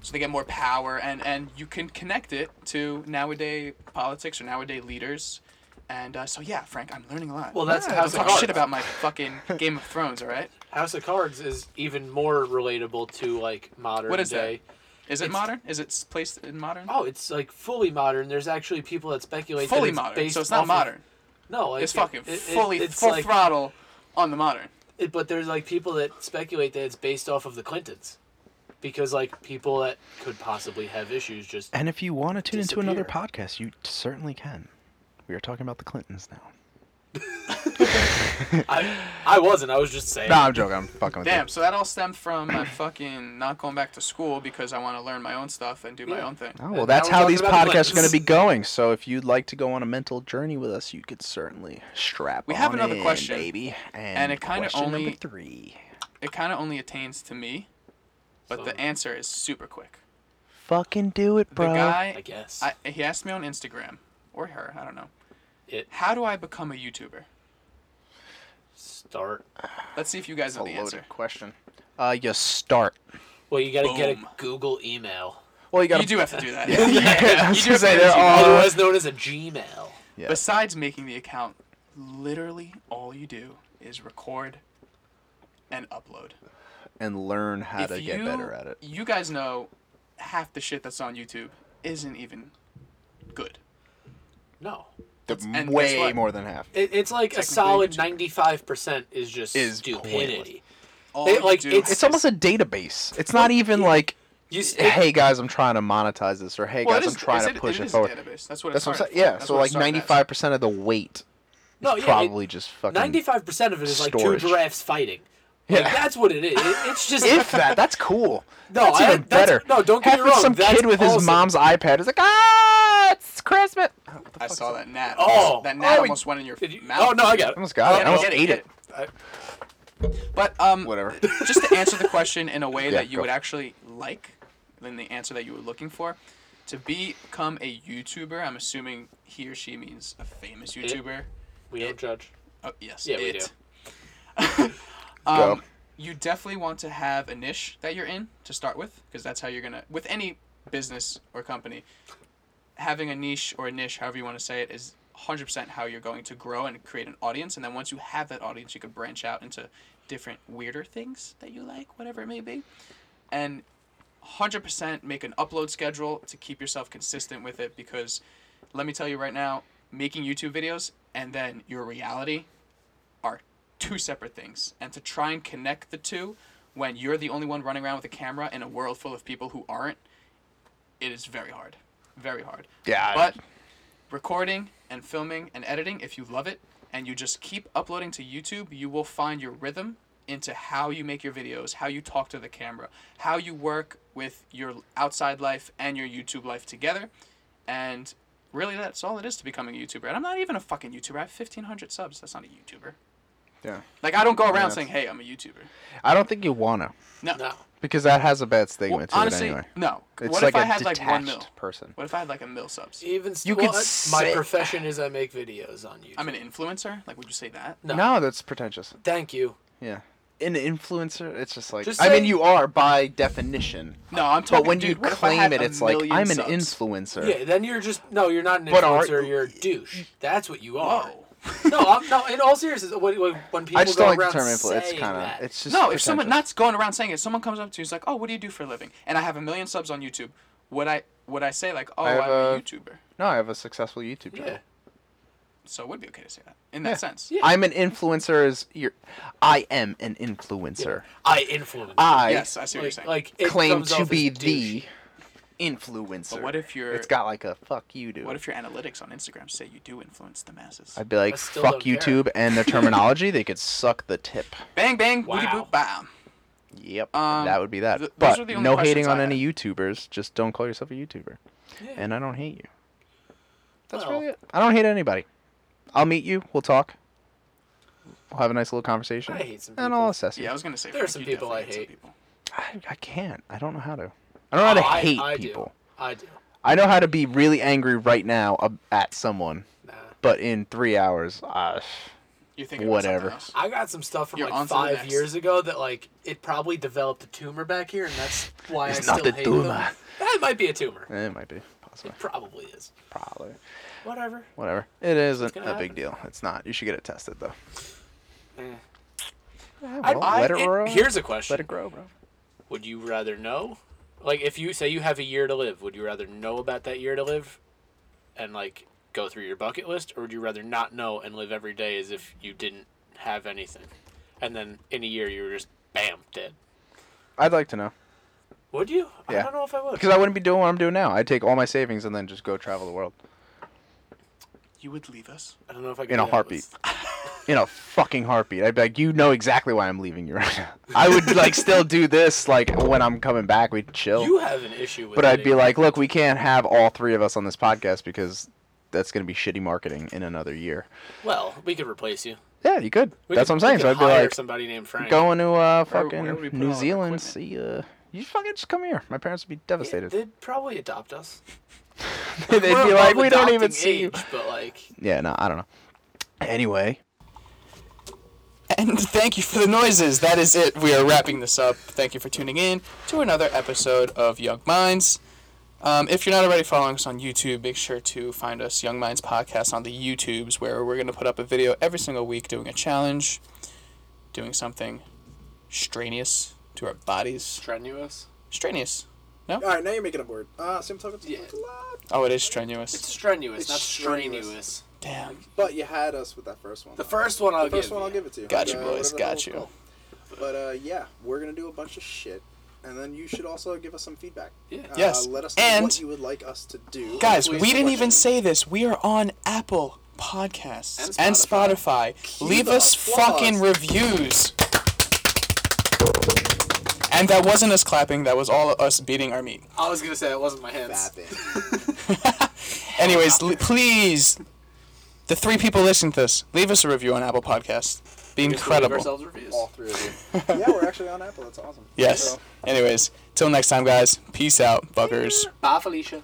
Speaker 1: so they get more power and and you can connect it to nowadays politics or nowadays leaders. And uh, so yeah, Frank, I'm learning a lot.
Speaker 2: Well, that's
Speaker 1: Yeah,
Speaker 2: House
Speaker 1: don't
Speaker 2: of
Speaker 1: talk shit
Speaker 2: Cards. [LAUGHS]
Speaker 1: about my fucking Game of Thrones, all right?
Speaker 2: House of Cards is even more relatable to like modern
Speaker 1: What is that?
Speaker 2: day.
Speaker 1: Is it
Speaker 2: It's-
Speaker 1: modern? Is it s- placed in modern?
Speaker 2: Oh, it's like fully modern. There's actually people that speculate that
Speaker 1: fully
Speaker 2: it's
Speaker 1: modern.
Speaker 2: based
Speaker 1: So it's
Speaker 2: off
Speaker 1: not
Speaker 2: of-
Speaker 1: modern.
Speaker 2: no, like, [LAUGHS]
Speaker 1: It's fucking
Speaker 2: it- it-
Speaker 1: fully
Speaker 2: it's
Speaker 1: full
Speaker 2: like-
Speaker 1: throttle on the modern.
Speaker 2: it- but there's like people that speculate that it's based off of the Clintons, because like people that could possibly have issues
Speaker 3: [LAUGHS]
Speaker 2: just
Speaker 3: And if you want to tune
Speaker 2: into another Disappear.
Speaker 3: podcast, you certainly can. We are talking about the Clintons now.
Speaker 2: I, I wasn't. I was just saying.
Speaker 3: No, I'm joking. I'm fucking with
Speaker 1: Damn. So that all stemmed from my fucking not going back to school because I want to learn my own stuff and do my
Speaker 2: Yeah.
Speaker 1: own thing.
Speaker 3: you. Oh,
Speaker 2: Now
Speaker 3: well, that's
Speaker 2: we're
Speaker 3: how
Speaker 2: talking
Speaker 3: these
Speaker 2: about the
Speaker 3: podcasts are going
Speaker 2: Clintons.
Speaker 3: to be going. So if you'd like to go on a mental journey with us, you could certainly strap.
Speaker 1: We have
Speaker 3: on
Speaker 1: another
Speaker 3: in,
Speaker 1: question.
Speaker 3: baby. And,
Speaker 1: it kinda
Speaker 3: question
Speaker 1: only-
Speaker 3: number three.
Speaker 1: It kind of only attains to me, but
Speaker 2: So-
Speaker 1: the answer is super quick.
Speaker 3: Fucking do it,
Speaker 1: The
Speaker 3: bro.
Speaker 1: guy,
Speaker 2: I guess
Speaker 1: I, he asked me on Instagram or her, I don't know.
Speaker 2: it
Speaker 1: How do I become a YouTuber?
Speaker 2: start.
Speaker 1: Let's see if you guys
Speaker 3: a
Speaker 1: know the
Speaker 3: loaded
Speaker 1: answer.
Speaker 3: question. Uh, you start.
Speaker 2: Well, you gotta get a
Speaker 1: Boom.
Speaker 2: Google email,
Speaker 3: Well, you got
Speaker 1: You do have to do
Speaker 2: [LAUGHS]
Speaker 1: that.
Speaker 3: [LAUGHS]
Speaker 1: [LAUGHS]
Speaker 3: Yeah. I was
Speaker 1: you do
Speaker 3: gonna
Speaker 1: have to
Speaker 3: say
Speaker 1: do
Speaker 3: there
Speaker 1: that.
Speaker 3: are- [LAUGHS]
Speaker 2: otherwise known as a Gmail.
Speaker 3: Yeah.
Speaker 1: Besides making the account, literally all you do is record and upload.
Speaker 3: and learn how
Speaker 1: If
Speaker 3: to get
Speaker 1: you-
Speaker 3: better at it.
Speaker 1: You guys know half the shit that's on YouTube isn't even good.
Speaker 2: No,
Speaker 1: That's- and guess
Speaker 3: way
Speaker 1: what?
Speaker 3: more than half.
Speaker 2: it, it's like a
Speaker 1: Technically,
Speaker 2: solid
Speaker 1: YouTube.
Speaker 2: ninety-five percent is just
Speaker 3: Is pointless.
Speaker 2: stupidity.
Speaker 1: All
Speaker 2: They-
Speaker 1: you
Speaker 2: like,
Speaker 1: do
Speaker 2: it's-
Speaker 1: is-
Speaker 3: It's almost a database. It's not even like,
Speaker 2: You, s- it-
Speaker 3: hey guys, I'm trying to monetize this, or hey
Speaker 1: Well,
Speaker 3: [LAUGHS] guys,
Speaker 1: it
Speaker 3: I'm
Speaker 1: is-
Speaker 3: trying
Speaker 1: it's-
Speaker 3: to push
Speaker 1: it,
Speaker 3: it
Speaker 1: is a
Speaker 3: forward.
Speaker 1: database. That's what it
Speaker 3: That's what I'm
Speaker 1: started
Speaker 3: saying. Yeah,
Speaker 1: as. That's
Speaker 3: so
Speaker 1: what it
Speaker 3: like
Speaker 1: started Oh, as.
Speaker 3: 95% of the weight
Speaker 2: no,
Speaker 3: is
Speaker 2: yeah, it-
Speaker 3: probably just fucking.
Speaker 2: Ninety-five percent of it is like
Speaker 3: Storage.
Speaker 2: two giraffes fighting.
Speaker 3: Yeah.
Speaker 2: Like, that's what it is. It- it's just
Speaker 3: if
Speaker 1: [LAUGHS]
Speaker 3: that, that's cool.
Speaker 2: No,
Speaker 3: that's
Speaker 2: I-
Speaker 3: even
Speaker 2: that's-
Speaker 3: better.
Speaker 2: no, don't get
Speaker 3: Half
Speaker 2: me
Speaker 3: of
Speaker 2: wrong,
Speaker 3: Some
Speaker 2: that's
Speaker 3: kid with his
Speaker 2: awesome.
Speaker 3: mom's iPad is like, ah, it's Christmas. Oh, what the
Speaker 1: I
Speaker 3: fuck is
Speaker 1: saw
Speaker 3: that.
Speaker 1: that gnat.
Speaker 2: Oh.
Speaker 1: that gnat
Speaker 3: Oh,
Speaker 1: almost went in your
Speaker 2: Did you-
Speaker 1: mouth.
Speaker 2: Oh no, I got it.
Speaker 3: Almost got it. I almost ate it.
Speaker 1: But um,
Speaker 3: Whatever.
Speaker 1: [LAUGHS] just to answer the question in a way
Speaker 3: Yeah,
Speaker 1: that you
Speaker 3: go.
Speaker 1: would actually like, than the answer that you were looking for, to become a YouTuber, I'm assuming he or she means a famous YouTuber.
Speaker 2: We don't judge.
Speaker 1: Oh yes,
Speaker 2: Yeah, we
Speaker 1: it. [LAUGHS]
Speaker 2: do.
Speaker 1: Um,
Speaker 3: Go.
Speaker 1: you definitely want to have a niche that you're in to start with, because that's how you're gonna with any business or company. Having a niche or a niche, however you want to say it, is 100% how you're going to grow and create an audience. And then once you have that audience, you can branch out into different weirder things that you like, whatever it may be. And 100% make an upload schedule to keep yourself consistent with it because let me tell you right now, making YouTube videos and then your reality are two separate things. And to try and connect the two when you're the only one running around with a camera in a world full of people who aren't, it is very hard. Very hard.
Speaker 3: Yeah, I-
Speaker 1: But recording and filming and editing, if you love it and you just keep uploading to YouTube, you will find your rhythm into how you make your videos, how you talk to the camera, how you work with your outside life and your YouTube life together. And really, that's all it is to becoming a YouTuber. And I'm not even a fucking YouTuber. I have 1,500 subs. That's not a YouTuber.
Speaker 3: Yeah.
Speaker 1: Like I don't go around
Speaker 3: Yes.
Speaker 1: saying, "Hey, I'm a YouTuber."
Speaker 3: I don't think you wanna
Speaker 1: No.
Speaker 2: No.
Speaker 3: because that has a bad stigma
Speaker 1: Well,
Speaker 3: to
Speaker 1: honestly,
Speaker 3: it anyway.
Speaker 1: no.
Speaker 3: It's
Speaker 1: what
Speaker 3: like
Speaker 1: if I
Speaker 3: a
Speaker 1: had like
Speaker 3: detached
Speaker 1: one mil?
Speaker 3: person.
Speaker 1: What if I had like a mil subs?
Speaker 2: Even
Speaker 3: You
Speaker 2: still,
Speaker 3: could
Speaker 2: my
Speaker 3: say-
Speaker 2: profession is I make videos on YouTube.
Speaker 1: I'm an influencer. Like, would you say that?
Speaker 2: No.
Speaker 3: No. that's pretentious.
Speaker 2: Thank you.
Speaker 3: Yeah. An influencer, it's just like
Speaker 2: Just
Speaker 3: I
Speaker 2: say-
Speaker 3: mean, you are by definition.
Speaker 1: No, I'm talking.
Speaker 3: But when
Speaker 1: dude,
Speaker 3: you
Speaker 1: what if I
Speaker 3: claim
Speaker 1: had
Speaker 3: it,
Speaker 1: a
Speaker 3: it's like
Speaker 1: million
Speaker 3: I'm an
Speaker 1: subs?
Speaker 3: influencer.
Speaker 2: Yeah, then you're just no, you're not an
Speaker 3: But are-
Speaker 2: influencer. You're a douche. That's what you are.
Speaker 1: Whoa.
Speaker 2: no, I'm, no. In all seriousness, when, when when people
Speaker 3: I just
Speaker 2: go
Speaker 3: don't like the
Speaker 2: around
Speaker 3: term influencer. It's
Speaker 2: saying
Speaker 3: kind
Speaker 2: that,
Speaker 3: of it's just
Speaker 1: No, if someone
Speaker 3: pretentious.
Speaker 1: not going around saying it, someone comes up to you, is like, "Oh, what do you do for a living?" And I have a million subs on YouTube. Would I would I say like, "Oh,
Speaker 3: I have
Speaker 1: I'm a
Speaker 3: a-
Speaker 1: YouTuber"?
Speaker 3: no, I have a successful YouTube channel.
Speaker 2: yeah.
Speaker 1: So it would be okay to say that in that
Speaker 3: Yeah.
Speaker 1: sense.
Speaker 2: Yeah.
Speaker 3: I'm an influencer. Is you're, I am an influencer.
Speaker 2: I influence.
Speaker 3: I
Speaker 1: Yes, I see what you're
Speaker 2: like,
Speaker 1: saying.
Speaker 2: like it
Speaker 3: claim
Speaker 2: comes off
Speaker 3: to
Speaker 2: as
Speaker 3: be
Speaker 2: douche.
Speaker 3: the influencer.
Speaker 1: but what if your
Speaker 3: it's got like a fuck you do?
Speaker 1: what if your analytics on Instagram say you do influence the masses?
Speaker 3: I'd be like
Speaker 2: I still
Speaker 3: fuck
Speaker 2: don't care.
Speaker 3: YouTube
Speaker 2: [LAUGHS]
Speaker 3: and their terminology. they could suck the tip.
Speaker 1: bang bang, woody
Speaker 2: Wow.
Speaker 1: boop bam.
Speaker 3: Yep,
Speaker 1: Um,
Speaker 3: that would be that.
Speaker 1: th- those are
Speaker 3: but
Speaker 1: the only
Speaker 3: no
Speaker 1: questions
Speaker 3: hating on
Speaker 1: I
Speaker 3: any YouTubers. Just don't call yourself a YouTuber. And I don't hate you. That's
Speaker 2: Well-
Speaker 3: really it. I don't hate anybody. I'll meet you. We'll talk. We'll have a nice little conversation.
Speaker 2: I hate some
Speaker 3: and
Speaker 2: people.
Speaker 3: I'll assess you.
Speaker 1: Yeah, I was gonna say.
Speaker 2: There are
Speaker 1: Frank,
Speaker 2: some
Speaker 1: you
Speaker 2: people I
Speaker 1: definitely hate
Speaker 2: hate.
Speaker 1: some people.
Speaker 3: I, I can't. I don't know how to. I don't know how to
Speaker 2: Oh, I-
Speaker 3: hate
Speaker 2: I do.
Speaker 3: people.
Speaker 2: I do.
Speaker 3: I know how to be really angry right now ab- at someone,
Speaker 2: Nah.
Speaker 3: but in three hours, uh,
Speaker 1: You're thinking
Speaker 3: Whatever.
Speaker 1: whatever.
Speaker 2: I got some stuff from
Speaker 1: You're on
Speaker 2: like
Speaker 1: to the
Speaker 2: five
Speaker 1: next.
Speaker 2: years ago that like it probably developed a tumor back here, and
Speaker 3: [LAUGHS]
Speaker 2: that's why I
Speaker 3: It's
Speaker 2: still
Speaker 3: not the
Speaker 2: hate
Speaker 3: tumor.
Speaker 2: them. That might be a tumor.
Speaker 3: it might be possibly,
Speaker 2: Probably is.
Speaker 3: probably,
Speaker 2: Whatever.
Speaker 3: whatever. It isn't a
Speaker 2: gonna
Speaker 3: big deal. It's not. You should get it tested though.
Speaker 2: Eh.
Speaker 3: Yeah,
Speaker 2: I-
Speaker 3: well,
Speaker 2: I-
Speaker 3: let it,
Speaker 2: it-
Speaker 3: grow.
Speaker 2: Here's a question.
Speaker 3: let it grow, bro.
Speaker 2: Would you rather know? Like, if you say you have a year to live, would you rather know about that year to live and, like, go through your bucket list, or would you rather not know and live every day as if you didn't have anything? And then in a year, you were just, bam, dead.
Speaker 3: I'd like to know
Speaker 2: Would you? I
Speaker 3: Yeah.
Speaker 2: don't know if I would.
Speaker 3: because I wouldn't be doing what I'm doing now. I'd take all my savings and then just go travel the world
Speaker 1: You would leave us.
Speaker 2: I don't know if I could.
Speaker 3: in a
Speaker 2: do that
Speaker 3: heartbeat.
Speaker 2: with-
Speaker 3: In a fucking heartbeat. I'd be like, you know exactly why I'm leaving you right now. I would like still do this like when I'm coming back. We'd chill.
Speaker 2: You have an issue with
Speaker 3: But I'd be
Speaker 2: living.
Speaker 3: like, look, we can't have all three of us on this podcast because that's going to be shitty marketing in another year.
Speaker 2: well, we could replace you.
Speaker 3: Yeah, you could.
Speaker 2: We
Speaker 3: that's
Speaker 2: could-
Speaker 3: what I'm saying.
Speaker 2: we
Speaker 3: So
Speaker 2: could
Speaker 3: I'd be
Speaker 2: hire
Speaker 3: like,
Speaker 2: somebody named Frank.
Speaker 3: going to uh,
Speaker 1: Where- where would we
Speaker 3: fucking
Speaker 1: put all
Speaker 3: New
Speaker 1: that
Speaker 3: Zealand.
Speaker 1: equipment?
Speaker 3: See, uh, you fucking just come here. My parents would be
Speaker 2: Yeah,
Speaker 3: devastated. [LAUGHS]
Speaker 2: they'd probably adopt us.
Speaker 3: They'd
Speaker 2: We're
Speaker 3: [LAUGHS] be like,
Speaker 2: above
Speaker 3: we don't even
Speaker 2: adopting
Speaker 3: see you.
Speaker 2: age, But like,
Speaker 3: Yeah, no, I don't know. Anyway,
Speaker 1: And [LAUGHS] thank you for the noises. That is it. We are wrapping this up. Thank you for tuning in to another episode of Young Minds. Um, if you're not already following us on YouTube, make sure to find us Young Minds Podcast on the YouTubes, where we're going to put up a video every single week doing a challenge, doing something strenuous to our bodies.
Speaker 2: strenuous.
Speaker 1: Strenuous.
Speaker 7: All right, now you're making up word. Uh, see, I'm talking to
Speaker 2: Yeah.
Speaker 7: like a lot.
Speaker 1: Oh, it is strenuous.
Speaker 2: It's strenuous,
Speaker 7: It's
Speaker 2: not
Speaker 7: strenuous.
Speaker 2: strenuous.
Speaker 1: Damn.
Speaker 7: But you had us with that first one.
Speaker 2: The first one I'll
Speaker 7: The first
Speaker 2: give.
Speaker 7: one, I'll
Speaker 2: you.
Speaker 7: give it to you.
Speaker 1: Got you,
Speaker 7: Uh,
Speaker 1: boys.
Speaker 7: whatever the hell
Speaker 1: Got
Speaker 7: it's
Speaker 1: you.
Speaker 7: called. But uh, yeah, we're gonna do a bunch of shit, and then you should also give us some feedback.
Speaker 2: Yeah.
Speaker 7: Uh,
Speaker 1: Yes,
Speaker 7: Let us know
Speaker 1: and-
Speaker 7: what you would like us to do.
Speaker 1: Guys,
Speaker 7: Please
Speaker 1: we didn't
Speaker 7: watch
Speaker 1: even
Speaker 7: it.
Speaker 1: say this. We are on Apple Podcasts and
Speaker 2: And
Speaker 1: Spotify. Leave
Speaker 7: the
Speaker 1: us
Speaker 7: applause.
Speaker 1: fucking reviews. And that wasn't us clapping, that was all us beating our meat.
Speaker 2: I was gonna say it wasn't my hands.
Speaker 7: Bad thing.
Speaker 1: Anyways, l- please, the three people listening to this, leave us a review on Apple Podcasts. Be
Speaker 2: We just leave
Speaker 1: incredible.
Speaker 2: Ourselves reviews.
Speaker 7: All three of you. yeah, we're actually on Apple. That's awesome.
Speaker 1: Yes.
Speaker 7: So-
Speaker 1: Anyways, till next time, guys. Peace out, fuckers.
Speaker 2: Bye, Felicia.